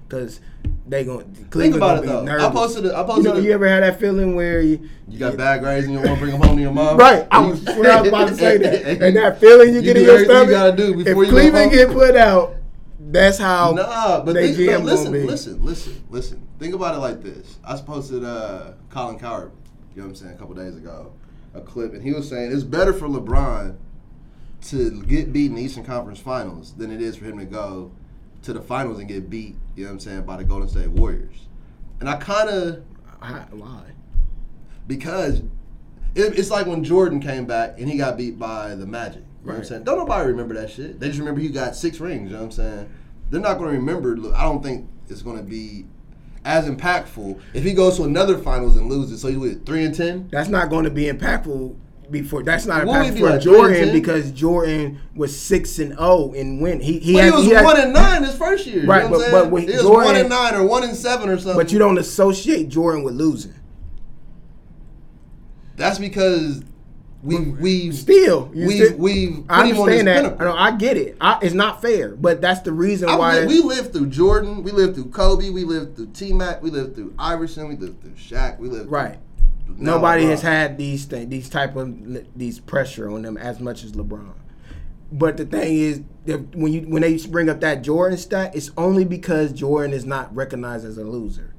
A: cause they going
E: think about it though. I posted. A, I
A: You
E: posted.
A: know,
E: a-
A: you ever had that feeling where you,
E: you got bad grades and you want to bring them home to your mom.
A: Right, I
E: You-
A: was, when I was about to say that, and that feeling you,
E: You
A: get
E: do
A: in your
E: everything
A: stomach.
E: you gotta do before
A: if
E: you go home.
A: Cleveland get put out, that's how.
E: Nah, but
A: they
E: think,
A: GM
E: but listen,
A: gonna be.
E: listen, listen, listen. Think about it like this. I posted uh, Colin Coward, you know what I'm saying, a couple days ago, a clip, and he was saying it's better for LeBron to get beat in the Eastern Conference Finals than it is for him to go to the finals and get beat, you know what I'm saying, by the Golden State Warriors. And I kind of
A: I, why?
E: because it, it's like when Jordan came back and he got beat by the Magic. You know what I'm
A: Right.
E: saying? Don't nobody remember that shit. They just remember he got six rings. You know what I'm saying? They're not going to remember. look, I don't think it's going to be as impactful if he goes to another finals and loses. So he went three and ten.
A: That's not going to be impactful. Before that's not
E: What would
A: impactful
E: he
A: for
E: be like, three and
A: Jordan
E: ten?
A: because Jordan was six and zero and win. He he,
E: But
A: had-
E: he was
A: he had-
E: one and nine his first year.
A: Right,
E: you know what
A: but-
E: I'm
A: but
E: saying?
A: when
E: he was
A: Jordan-
E: one and nine or one and seven or something.
A: But you don't associate Jordan with losing.
E: That's because we we
A: Still, you
E: we
A: still- I
E: we put him on his
A: understand that. I,
E: pinnacle.
A: know, I get it. I, it's not fair, but that's the reason
E: I
A: why.
E: li- we lived through Jordan, we lived through Kobe, we lived through T Mac, we lived through Iverson, we lived through Shaq, we lived
A: right.
E: Through now
A: Nobody
E: LeBron.
A: has had these thing, these type of these pressure on them as much as LeBron. But the thing is, that when you when they bring up that Jordan stat, it's only because Jordan is not recognized as a loser.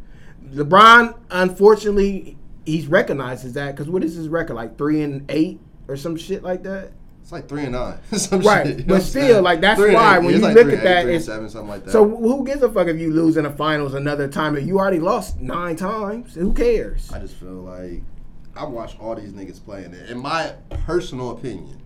A: LeBron, unfortunately, he's recognized as that because what is his record like three and eight or some shit like that?
E: It's like three and nine, some
A: Right,
E: shit, you know
A: but
E: what I'm
A: still,
E: saying?
A: like, that's
E: Three and
A: why
E: eight,
A: when
E: yeah, it's
A: you
E: like
A: look
E: three
A: at
E: and eight,
A: that,
E: three and
A: it's-
E: seven, something like that.
A: So who gives a fuck if you lose in the finals another time? If you already lost nine times, who cares?
E: I just feel like I watch all these niggas playing it. In my personal opinion,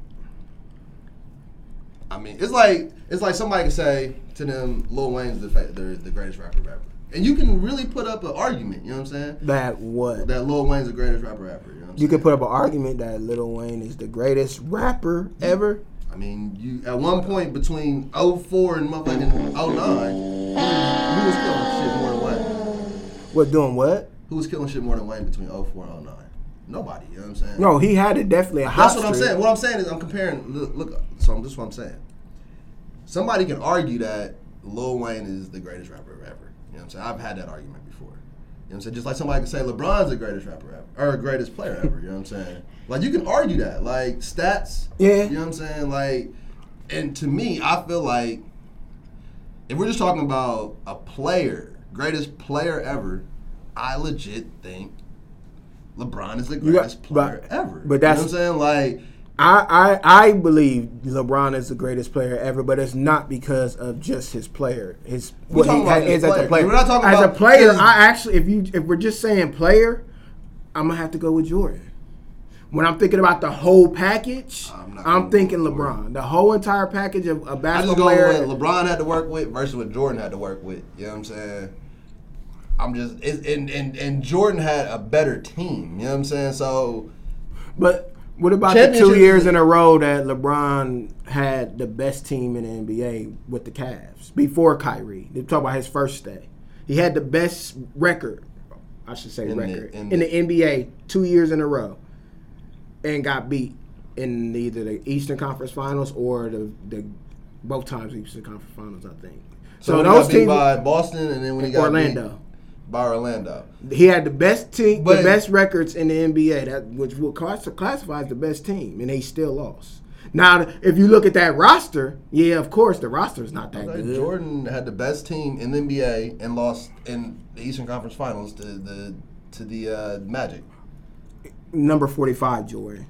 E: I mean, it's like it's like somebody can say to them, Lil Wayne's the fa- the, the greatest rapper rapper, and you can really put up an argument. You know what I'm saying?
A: That what?
E: That Lil Wayne's the greatest rapper rapper. You know what I'm
A: You
E: saying?
A: could put up an argument that Lil Wayne is the greatest rapper ever.
E: I mean, you at one point between 04 and motherfucking 09, who was killing shit more than Wayne?
A: What doing what?
E: Who was killing shit more than Wayne between 04 and 09? Nobody, you know what I'm saying?
A: No, he had it definitely a hot
E: That's what I'm
A: streak.
E: saying. What I'm saying is I'm comparing. Look, look so I'm, this is what I'm saying. Somebody can argue that Lil Wayne is the greatest rapper ever. You know what I'm saying? I've had that argument before. You know what I'm saying? Just like somebody can say LeBron's the greatest rapper ever, or greatest player ever. You know what I'm saying? Like you can argue that. Like stats.
A: Yeah.
E: You know what I'm saying? Like, and to me, I feel like if we're just talking about a player, greatest player ever, I legit think LeBron is the
A: got-
E: greatest player
A: but-
E: ever.
A: but
E: You know
A: that's-
E: what I'm saying like
A: I, I I believe LeBron is the greatest player ever, but it's not because of just his player. His what
E: talking
A: he
E: about
A: is
E: his
A: as a
E: player.
A: player.
E: We're not talking
A: as
E: about
A: a player.
E: his-
A: I actually, if you if we're just saying player, I'm gonna have to go with Jordan. When I'm thinking about the whole package,
E: I'm
A: I'm,
E: not going
A: thinking
E: with
A: LeBron.
E: Jordan.
A: The whole entire package of a
E: I just
A: basketball
E: go
A: player.
E: with what LeBron had to work with versus what Jordan had to work with. You know what I'm saying? I'm just it, and, and and Jordan had a better team. You know what I'm saying? So
A: But what about the two
E: Championships-
A: years in a row that LeBron had the best team in the NBA with the Cavs before Kyrie? They talk about his first day. He had the best record, I should say
E: In the-
A: record,
E: in
A: in,
E: the-
A: the, NBA two years in a row, and got beat in either the Eastern Conference Finals or the the both times Eastern Conference Finals, I think. So,
E: when he
A: those
E: got beat
A: teams,
E: by Boston, and then when he got
A: Orlando.
E: beat by Orlando.
A: He had the best team,
E: But-
A: the best records in the NBA, that which will class, classify as the best team, and they still lost. Now, if you look at that roster, yeah, of course the roster is not that good.
E: Jordan had the best team in the NBA and lost in the Eastern Conference Finals to the to the uh, Magic.
A: Number forty-five, Jordan.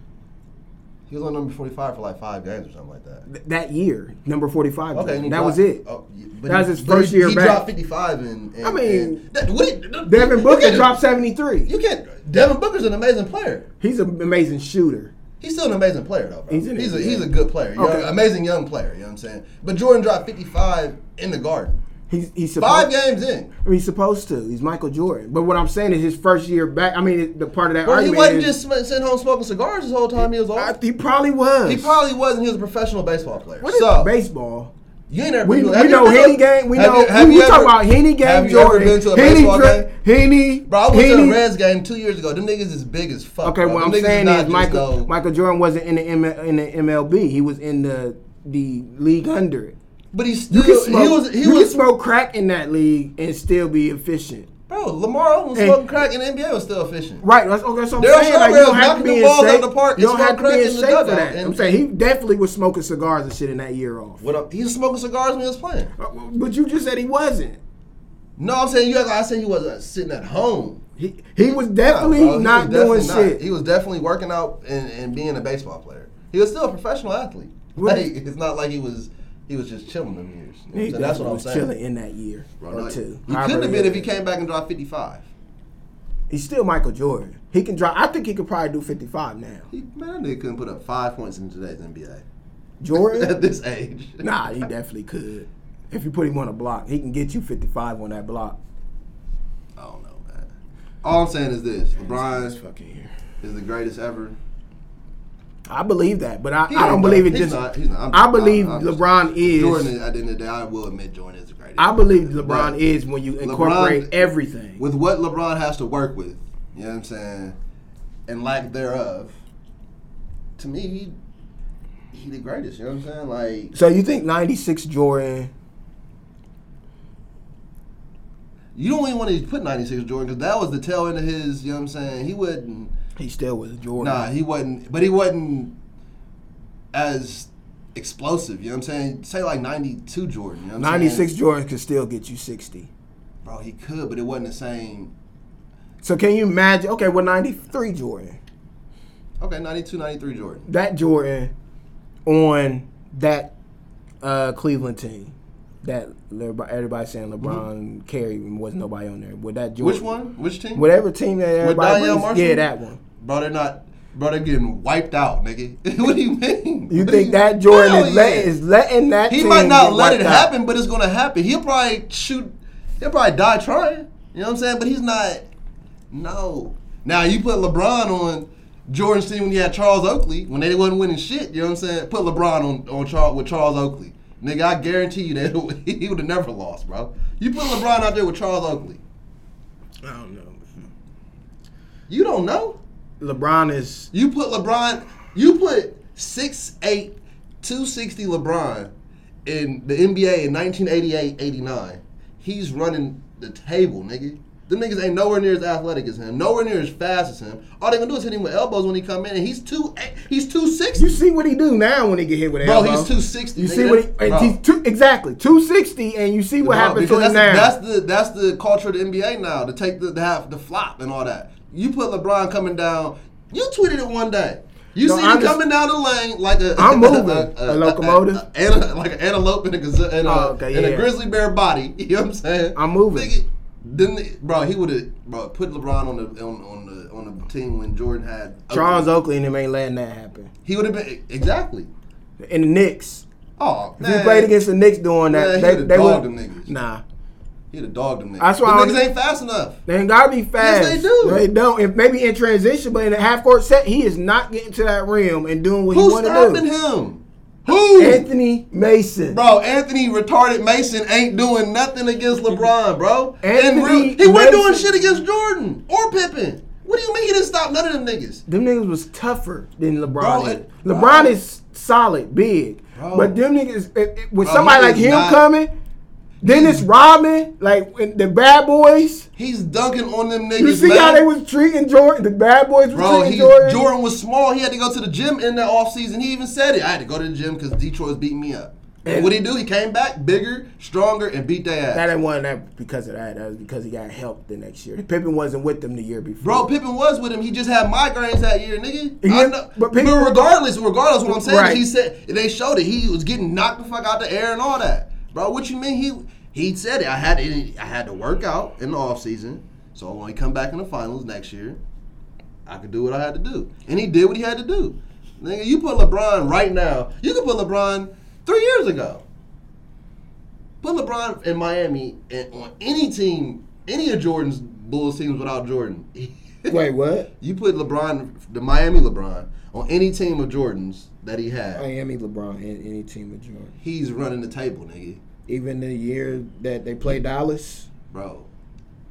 E: He was on number 45 for like five games or something like that.
A: Th- that year, number forty-five.
E: Okay, and
A: Jordan.
E: he
A: that
E: dropped-
A: was it.
E: oh, yeah, but
A: That
E: he-
A: was his
E: but he-
A: first year
E: He
A: back.
E: dropped 55, and, and
A: I mean,
E: and that, what, did- that-
A: Devin
E: you
A: Booker
E: can't-
A: dropped seventy-three.
E: You can't. Devin Booker's an amazing player.
A: He's an amazing shooter.
E: He's still an amazing player though. Bro. He's,
A: He's an-
E: a he's a good player. You know,
A: Okay.
E: amazing young player. You know what I'm saying? But Jordan dropped 55 in the Garden,
A: He's he's
E: five
A: supposed,
E: games in.
A: he's supposed to. He's Michael Jordan. But what I'm saying is his first year back. I mean, the part of that
E: Bro, he
A: argument
E: wasn't
A: is-
E: just sm- sitting home smoking cigars this whole time he was
A: I-
E: off.
A: he probably was.
E: He probably wasn't. He was a professional baseball player.
A: What is
E: so
A: baseball?
E: you ain't never.
A: We,
E: you-
A: we
E: have you
A: know
E: ever
A: Henny
E: go-
A: game. We
E: have
A: know
E: you- have
A: we
E: you
A: talk
E: ever-
A: about Henny game.
E: have you ever
A: Jordan.
E: been to a
A: Henny,
E: baseball
A: Dra-
E: game?
A: Henny,
E: Bro, I went to
A: Henny-
E: the Reds game two years ago. Them niggas is big as fuck.
A: Okay,
E: bro.
A: what
E: Them
A: I'm
E: niggas
A: saying
E: not
A: is
E: just
A: Michael
E: no-
A: Michael Jordan wasn't in the M- in the MLB. He was in the the league under it.
E: But he's still.
A: You can smoke.
E: he was. He
A: you
E: was.
A: can smoke crack in that league and still be efficient.
E: Bro, Lamar Odom was
A: Hey.
E: smoking crack in the NBA was still efficient.
A: Right. That's okay. So I'm
E: Daryl
A: saying like, you
E: Strawberry
A: don't
E: was
A: have to
E: knocking
A: be
E: the balls
A: in
E: out
A: shape.
E: the park and
A: You don't have to
E: smoking
A: be
E: crack
A: in
E: in
A: shape
E: the
A: for
E: dugout.
A: that. I'm
E: And-
A: saying he definitely was smoking cigars and shit in that year off.
E: What up? He was smoking cigars when he was playing.
A: But you just said he wasn't.
E: No, I'm saying you. act like I said he wasn't sitting at home.
A: He he was
E: Nah, bro,
A: definitely
E: he was
A: not
E: definitely
A: doing
E: not.
A: shit.
E: He was definitely working out and, and being a baseball player. He was still a professional athlete.
A: What-
E: Like, it's not like he was. He was just chilling them years. You know what I'm
A: He
E: saying? That's what I'm
A: was
E: saying.
A: chilling in that year
E: Bro,
A: or
E: like,
A: two.
E: He
A: However
E: couldn't have been
A: it
E: if he
A: is.
E: came back and dropped 55.
A: He's still Michael Jordan. He can drop. I think he could probably do fifty five now.
E: He, man, that nigga couldn't put up five points in today's NBA at
A: Jordan?
E: this age.
A: nah, he definitely could. If you put him on a block, he can get you fifty five on that block.
E: I don't know, man. All I'm saying is this:
A: This
E: LeBron
A: fucking year.
E: is the greatest ever.
A: I believe that, but I,
E: He
A: I
E: ain't,
A: don't believe
E: though.
A: it.
E: He's
A: Just
E: not- he's not. I'm-
A: I believe
E: I'm- I'm just-
A: LeBron is.
E: Jordan, is- at the end of the day, I will admit Jordan is the greatest.
A: I believe LeBron
E: But
A: is when you incorporate
E: LeBron-
A: everything.
E: With what LeBron has to work with, you know what I'm saying, and lack thereof, to me, he, he the greatest. You know what I'm saying? Like
A: so you think ninety six Jordan?
E: you don't even want to put 96 Jordan because that was the tail end of his. You know what I'm saying? He wouldn't.
A: He still was Jordan.
E: Nah, he wasn't. But he wasn't as explosive. You know what I'm saying? Say like 92 Jordan. You know what I'm
A: ninety six
E: saying?
A: Jordan could still get you sixty.
E: Bro, he could, but it wasn't the same.
A: So can you imagine? Okay, well, ninety three Jordan.
E: Okay, 92, 93 Jordan.
A: that Jordan on that uh, Cleveland team that everybody, everybody saying LeBron carried and wasn't nobody on there. With that Jordan,
E: Mm-hmm. Which one? Which team?
A: Whatever team that everybody
E: Donyell
A: was-
E: Marshall?
A: yeah, that one.
E: Bro, they're not. Bro, they're getting wiped out, nigga. what do you mean?
A: You
E: What do
A: think that Jordan
E: Hell
A: is, let,
E: yeah.
A: is letting that?
E: He
A: team
E: might not
A: get
E: let it
A: wiped out.
E: happen, but it's gonna happen. He'll probably shoot. He'll probably die trying. You know what I'm saying? But he's not. No. Now you put LeBron on Jordan's team when you had Charles Oakley when they wasn't winning shit. You know what I'm saying? Put LeBron on on Charles with Charles Oakley, nigga. I guarantee you that he would have never lost, bro. You put LeBron out there with Charles Oakley.
A: I don't know.
E: You don't know.
A: LeBron is
E: You put LeBron, you put 6'8, 260 LeBron in the NBA in 1988 89. He's running the table, nigga. Them niggas ain't nowhere near as athletic as him, nowhere near as fast as him. All they gonna do is hit him with elbows when he come in, and he's two he's two
A: You
E: sixty.
A: see what he do now when he get hit with an
E: Bro,
A: elbow.
E: he's 260,
A: You
E: nigga.
A: see what he,
E: Bro.
A: he's two, exactly two sixty, and you see what happens to him now.
E: that's, the- that's the that's the culture of the NBA now to take the to have the flop and all that. You put LeBron coming down. You tweeted it one day. You
A: No,
E: see
A: I'm
E: him
A: just-
E: coming down the lane like a
A: I'm moving. A locomotive?
E: a- a- a- like an antelope and a gazelle and, a,
A: Oh, okay,
E: and a
A: yeah.
E: grizzly bear body. You know what I'm saying?
A: I'm moving.
E: Nigga, didn't they- bro? He would have bro put LeBron on the on, on the on the team when Jordan had
A: Charles
E: Oakley.
A: Oakley and him ain't letting that happen.
E: He would have been exactly.
A: And the Knicks.
E: Oh,
A: If you played against the Knicks doing
E: Man,
A: that,
E: he
A: they,
E: would've
A: they
E: dogged
A: would.
E: them niggas.
A: Nah.
E: He'd have dogged them niggas.
A: That's why
E: Them
A: I
E: niggas
A: was-
E: ain't fast enough.
A: They ain't gotta be fast.
E: Yes, they do.
A: They don't. If maybe in transition, but in a half court set, he is not getting to that rim and doing what he
E: Who's
A: want to
E: stopping
A: do.
E: him? Who?
A: Anthony Mason.
E: Bro, Anthony retarded Mason ain't doing nothing against LeBron, bro.
A: Anthony
E: and real, he wasn't doing
A: Mason-
E: shit against Jordan or Pippen. What do you mean he didn't stop none of them niggas?
A: Them niggas was tougher than LeBron.
E: Bro,
A: is.
E: it-
A: LeBron
E: bro.
A: is solid, big,
E: Bro.
A: but them niggas it- it- with
E: Bro,
A: somebody
E: he
A: like
E: is
A: him
E: not-
A: coming, Dennis Rodman, like and the Bad Boys.
E: He's dunking on them niggas.
A: You see
E: man.
A: how they was treating Jordan? The Bad Boys was
E: Bro,
A: treating
E: he,
A: Jordan.
E: Jordan. was small. He had to go to the gym in the offseason. He even said it. I had to go to the gym because Detroit was beating me up. And what he do? He came back bigger, stronger, and beat their ass.
A: That ain't one that because of that. That was because he got help the next year. Pippen wasn't with them the year before.
E: Bro, Pippen was with him. He just had migraines that year, nigga.
A: He
E: I
A: had-
E: know,
A: but
E: but,
A: Pippen-
E: regardless, regardless, what I'm saying,
A: Right.
E: is he said they showed it. He was getting knocked the fuck out the air and all that, bro. What you mean? He he said it. I had it, I had to work out in the off season, so when he come back in the finals next year, I could do what I had to do, and he did what he had to do. Nigga, you put LeBron right now. You could put LeBron three years ago. Put LeBron in Miami and on any team, any of Jordan's Bulls teams without Jordan.
A: wait, what?
E: You put LeBron, the Miami LeBron, on any team of Jordan's that he had,
A: Miami LeBron and any team with Jordan.
E: he's running the table, nigga.
A: Even the year that they played Dallas,
E: Bro,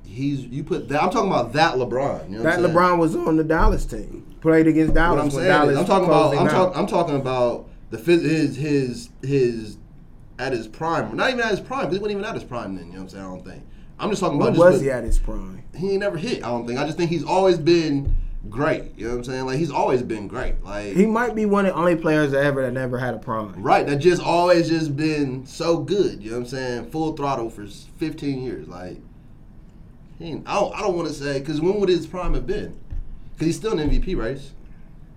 E: he's you put that. I'm talking about that LeBron. You know
A: that
E: what I'm saying?
A: LeBron was on the Dallas team. Played against
E: What
A: Dallas.
E: I'm
A: when
E: saying,
A: Dallas
E: is, I'm talking about.
A: closed
E: I'm,
A: him out.
E: talk, I'm talking about the phys- his his his at his prime. Not even at his prime. 'cause He wasn't even at his prime then. You know what I'm saying? I don't think. I'm just talking
A: When
E: about.
A: was
E: just
A: he
E: the-
A: at his prime?
E: he ain't never hit. I don't think. I just think he's always been great. You know what I'm saying? Like he's always been great. Like
A: He might be one of the only players ever that never had a prime.
E: Right, that just always just been so good. You know what I'm saying? Full throttle for s- 15 years. Like, he ain't, I don't, I don't want to say because when would his prime have been? Because he's still in MVP race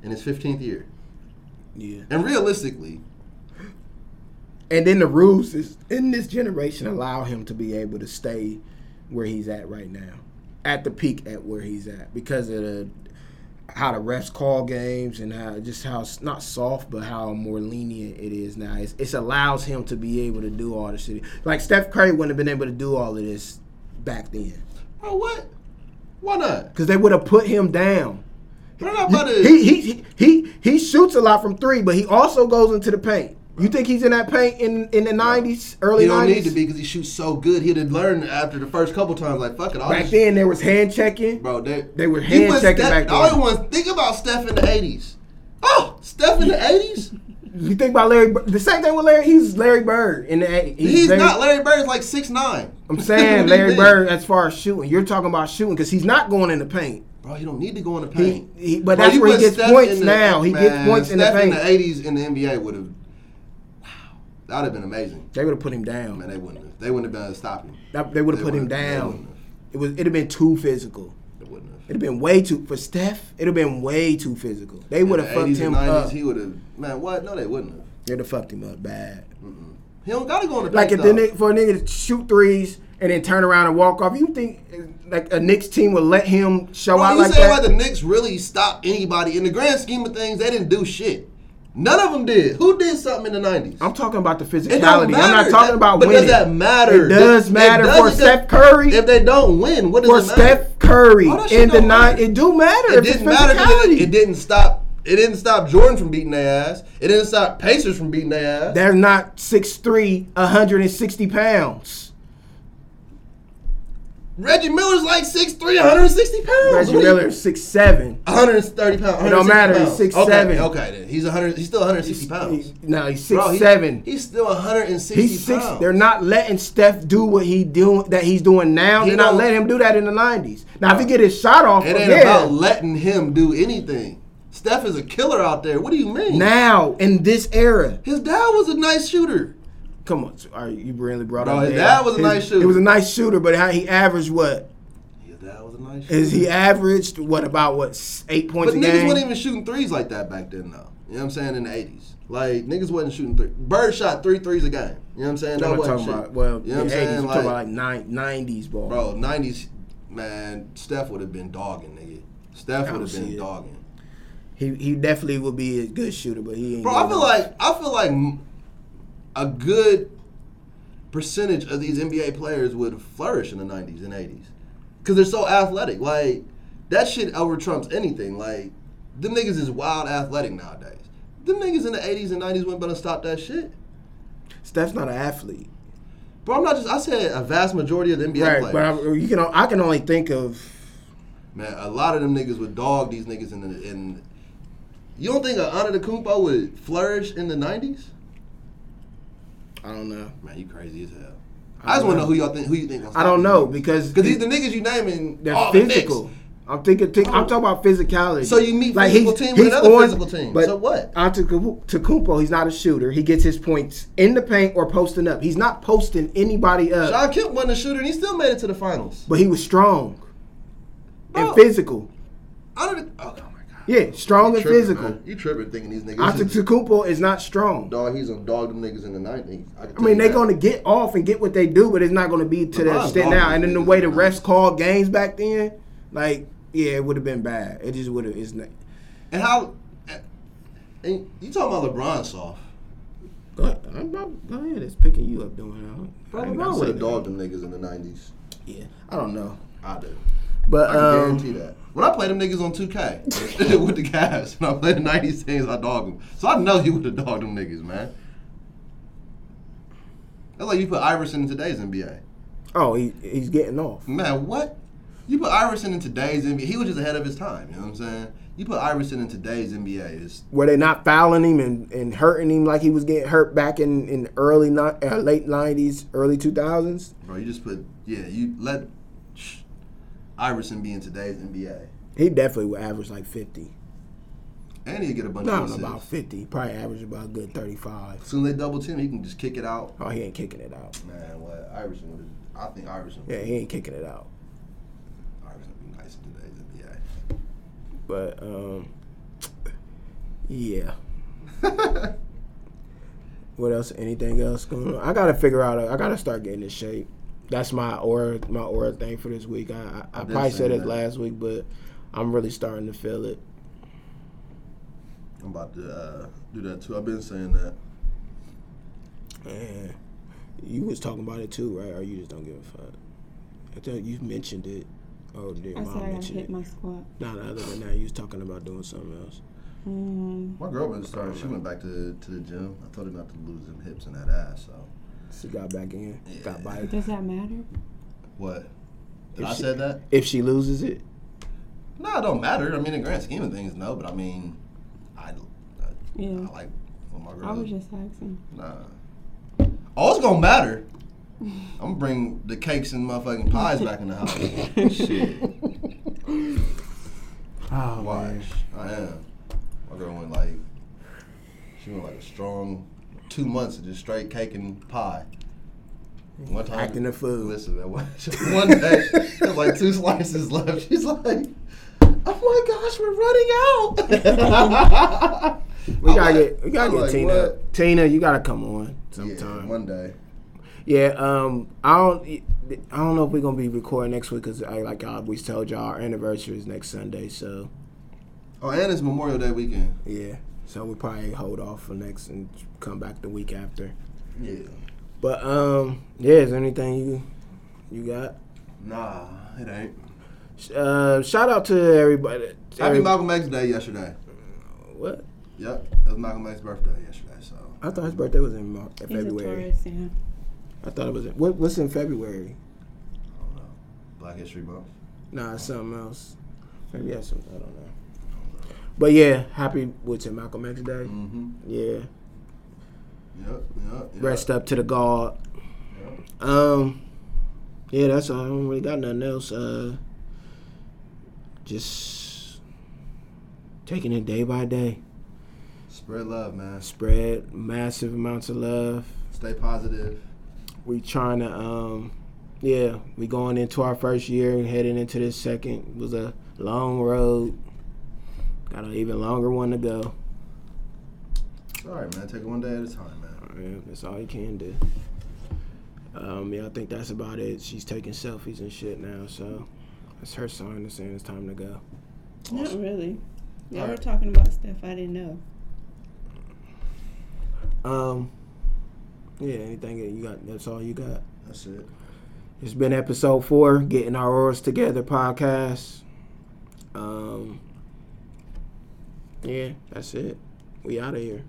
E: in his 15th year.
A: Yeah.
E: And realistically,
A: And then the rules is in this generation allow him to be able to stay where he's at right now, at the peak at where he's at because of the how the refs call games and how just how s- not soft but how more lenient it is now. It's, it allows him to be able to do all this shit. Like Steph Curry wouldn't have been able to do all of this back then
E: bro, what? Why not?
A: because they would have put him down.
E: Bro, not about to.
A: He, he he he he shoots a lot from three, but he also goes into the paint. You think he's in that paint in in the nineties, early
E: he don't need
A: nineties?
E: to be because he shoots so good. He'd have learned after the first couple times, like, fuck it. I'll
A: Back
E: just-
A: then there was hand checking.
E: Bro, they,
A: They were
E: You
A: hand
E: put
A: checking
E: Steph-
A: back
E: I
A: then.
E: only want to think about Steph in the 80s. Oh, Steph in the 80s?
A: You think about Larry? Bir- The same thing with Larry. He's Larry Bird in the eight-
E: He's,
A: Larry-
E: not. Larry Bird's like six nine.
A: I'm saying Larry Bird as far as shooting. You're talking about shooting because he's not going in the paint.
E: Bro, he don't need to go in the
A: He,
E: paint.
A: he but
E: Bro,
A: that's
E: you
A: where he
E: put
A: gets
E: Steph
A: points
E: in the-
A: now. He gets
E: man,
A: points in the
E: Steph
A: paint.
E: in the eighties in the NBA would have. Wow, that'd have been amazing.
A: they would have put him down.
E: Man, they wouldn't. Have, they wouldn't have been able to stop him.
A: That- they would have
E: They
A: put him
E: wouldn't- they
A: down.
E: wouldn't have.
A: It was. It'd have been too physical.
E: They wouldn't have.
A: It'd have been way too for Steph. It'd have been way too physical. They would have
E: In the
A: fucked
E: 80s and
A: him up.
E: He would have. Man, what? No, they wouldn't have.
A: They'd have fucked him up bad.
E: He don't gotta go in the
A: Like if
E: paint.
A: the
E: though.
A: Knick- for a nigga to shoot threes and then turn around and walk off, you think eh, like a Knicks team would let him show
E: Bro,
A: out
E: you
A: like
E: say
A: that?
E: like the Knicks really stopped anybody in the grand scheme of things? They didn't do shit. None of them did. Who did something in the nineties?
A: I'm talking about the
E: It don't
A: physicality.
E: matter.
A: I'm not talking about
E: but
A: winning.
E: does that matter?
A: It does matter
E: does
A: for
E: because
A: Steph Curry.
E: If they don't win, what does
A: for
E: it matter?
A: Steph Curry
E: All that shit
A: in the
E: don't
A: nine,
E: matter.
A: it do matter.
E: it
A: if it's
E: didn't matter. 'cause It,
A: physicality.
E: it didn't stop. It didn't stop Jordan from beating their ass. It didn't stop Pacers from beating their ass.
A: They're not 6'3", 160 pounds.
E: Reggie Miller's like 6'3", 160
A: Reggie
E: pounds. What do you-
A: Miller is 6'7".
E: 130 pounds.
A: It don't matter. He's
E: 160 pounds.
A: 6'7".
E: Okay, okay then. He's 100. He's still 160 pounds.
A: No, he's
E: Bro, he-
A: 6'7".
E: He's still 160
A: He's six.
E: pounds.
A: They're not letting Steph do what he doing that he's doing now.
E: He
A: they're not
E: don't-
A: letting him do that in the nineties. Now, if he get his shot off,
E: It ain't
A: yeah,
E: about letting him do anything. Steph is a killer out there. What do you mean?
A: now in this era.
E: His dad was a nice shooter.
A: Come on, so- all right, you really brought
E: Bro,
A: up.
E: his
A: the
E: dad
A: era.
E: was a
A: His-
E: nice shooter.
A: It was a nice shooter, but how he averaged what?
E: His dad was a nice life.
A: Is he averaged what about what s- eight points
E: But
A: a
E: niggas
A: game?
E: wasn't even shooting threes like that back then, though. You know what I'm saying? In the 80s. Like, niggas wasn't shooting three. Bird shot three threes a game. You know what I'm saying? That
A: I'm
E: wasn't
A: talking
E: shit.
A: about well,
E: you know what I'm
A: the 80s.
E: saying?
A: I'm
E: Like,
A: talking about like nine, 90s ball.
E: bro, 90s, man, Steph would have been dogging, nigga. Steph
A: I
E: would have
A: don't see
E: been
A: it.
E: dogging.
A: He he definitely would be a good shooter, but he ain't.
E: Bro,
A: good
E: I feel
A: enough.
E: like I feel like m- a good percentage of these NBA players would flourish in the '90s and '80s because they're so athletic. Like that shit over trumps anything. Like them niggas is wild athletic nowadays. Them niggas in the '80s and '90s weren't gonna stop that shit.
A: Steph's not an athlete.
E: Bro, I'm not just. I said a vast majority of the NBA
A: right,
E: players.
A: but I, you can I can only think of
E: Man, a lot of them niggas would dog these niggas in the in. You don't think Anna Kumpo would flourish in the '90s?
A: I don't know.
E: Man, you crazy as hell.
A: I
E: I just want to
A: know.
E: know who y'all think. Who you think? gonna
A: I don't
E: stop
A: know
E: these niggas.
A: because
E: Because these the niggas you naming,
A: they're
E: all
A: physical.
E: The Knicks.
A: I'm thinking. Think, I'm talking about physicality.
E: So you meet physical team with another physical team. So what?
A: Antetokounmpo, he's not a shooter. He gets his points in the paint or posting up. He's not posting anybody up.
E: John Kemp wasn't a shooter, and he still made it to the finals.
A: But he was strong
E: Bro,
A: and physical.
E: I don't. Oh, oh my god.
A: Yeah, strong and
E: Tripping,
A: physical.
E: man. You tripping thinking these niggas? is-
A: Antetokounmpo is not strong.
E: dog, he's a dog. Them niggas in the nineties.
A: I mean, they're going to get off and get what they do, but it's not going to be to that
E: LeBron's
A: extent
E: dominant,
A: now. And then the
E: nigga.
A: way the refs called games back then, like, yeah, it would have been bad. It just would have. It's not.
E: And how? And and you talking about LeBron soft?
A: Go ahead, I'm not, go ahead. It's picking you up doing it. I don't- I
E: Bro,
A: ain't gotta
E: LeBron
A: say
E: would have
A: that.
E: dogged them niggas in the nineties.
A: Yeah, I don't know,
E: I do. I
A: but
E: can guarantee
A: um,
E: that. When I play them niggas on 2K with the Cavs, when I play the 90s teams, I dog them. So I know you would have dogged them niggas, man. That's like you put Iverson in today's NBA.
A: oh, he, he's getting off.
E: Man, what? You put Iverson in today's NBA. He was just ahead of his time, you know what I'm saying? You put Iverson in today's NBA. It's,
A: Were they not fouling him and, and hurting him like he was getting hurt back in in early ni- uh, late nineties, early two thousands?
E: bro, you just put, yeah, you let shh, Iverson be in today's NBA.
A: He definitely would average like fifty.
E: And he'd get a bunch
A: No,
E: of
A: about
E: assists.
A: fifty. Probably average about a good thirty-five.
E: Soon as they double team, he can just kick it out.
A: Oh, he ain't kicking it out.
E: Man, what? Iverson would have, I think Iverson
A: Yeah, he ain't kicking it out.
E: Iverson would be nice in today's NBA.
A: But um, yeah. what else? Anything else going on? I gotta figure out. I gotta start getting in shape. That's my aura, my aura thing for this week. I I, I
E: I've been
A: probably said
E: saying
A: it
E: that.
A: last week, but I'm really starting to feel it.
E: I'm about to uh, do that too. I've been saying that.
A: And you was talking about it too, right? Or you just don't give a fuck. I thought you mentioned it. Oh, dear,
B: I said
A: mom
B: I gotta
A: mentioned
B: hit
A: it.
B: my squat.
A: No, no, other than that, you was talking about doing something else.
B: Mm,
E: My girl been starting. She went back to to the gym. I told her not to lose them hips and that ass. So
A: She got back in, got
E: Yeah.
A: bite.
B: does that matter?
E: what? Did
A: If
E: I
A: she-
E: said that?
A: If she loses it,
E: No, it don't matter. I mean, in the grand scheme of things, no. But I mean, I I,
B: Yeah.
E: I like when my
B: I
E: girl.
B: was just asking.
E: nah. Oh, it's gonna matter. I'm gonna bring the cakes and motherfucking pies back in the house. Shit.
A: oh,
E: Watch. I am. My girl went like, she went like a strong two months of just straight cake and pie. One time,
A: Acting the food.
E: Listen, man, one, one day, there's like two slices left. She's like, oh my gosh, we're running out.
A: We
E: I'm
A: gotta
E: like-
A: get we gotta
E: I'm
A: get
E: like,
A: Tina.
E: what?
A: Tina, you gotta come on
E: Yeah,
A: sometime. Yeah,
E: one day.
A: um, I don't I don't know if we're gonna be recording next week because I like I always told y'all our anniversary is next Sunday, so
E: Oh, and it's Memorial Day weekend.
A: yeah. So we probably hold off for next and come back the week after.
E: Yeah.
A: But um, yeah, is there anything you you got?
E: Nah, it ain't.
A: Uh, shout out to everybody.
E: Happy
A: every-
E: Malcolm X Day yesterday.
A: what?
E: Yep, it was Malcolm X's birthday yesterday. So
A: I thought his birthday was in Mar-
B: He's a
A: February.
B: Taurus, yeah.
A: I thought it was in, what, what's in February?
E: I don't know. Black History Month.
A: Nah, it's something else. Maybe that's something I don't know. But yeah, happy with it, Malcolm X Day.
E: Mm-hmm.
A: Yeah,
E: Yep, yep, yep.
A: rest up to the God.
E: Yep.
A: Um, yeah, that's all. I don't really got nothing else. Uh, just taking it day by day.
E: Spread love, man.
A: Spread massive amounts of love.
E: Stay positive.
A: We trying to um yeah, we going into our first year and heading into this second. It was a long road. Got an even longer one to go.
E: All right, man. Take it one day at a time, man.
A: Yeah, that's all you can do. Um, yeah, I think that's about it. She's taking selfies and shit now, so that's her sign to saying it's time to go.
B: Not really. Y'all all were
E: Alright.
B: talking about stuff I didn't know.
A: Um, yeah, anything that you got? That's all you got.
E: That's it.
A: It's been episode four, getting our roars together podcast. Um, yeah, that's it. We out of here.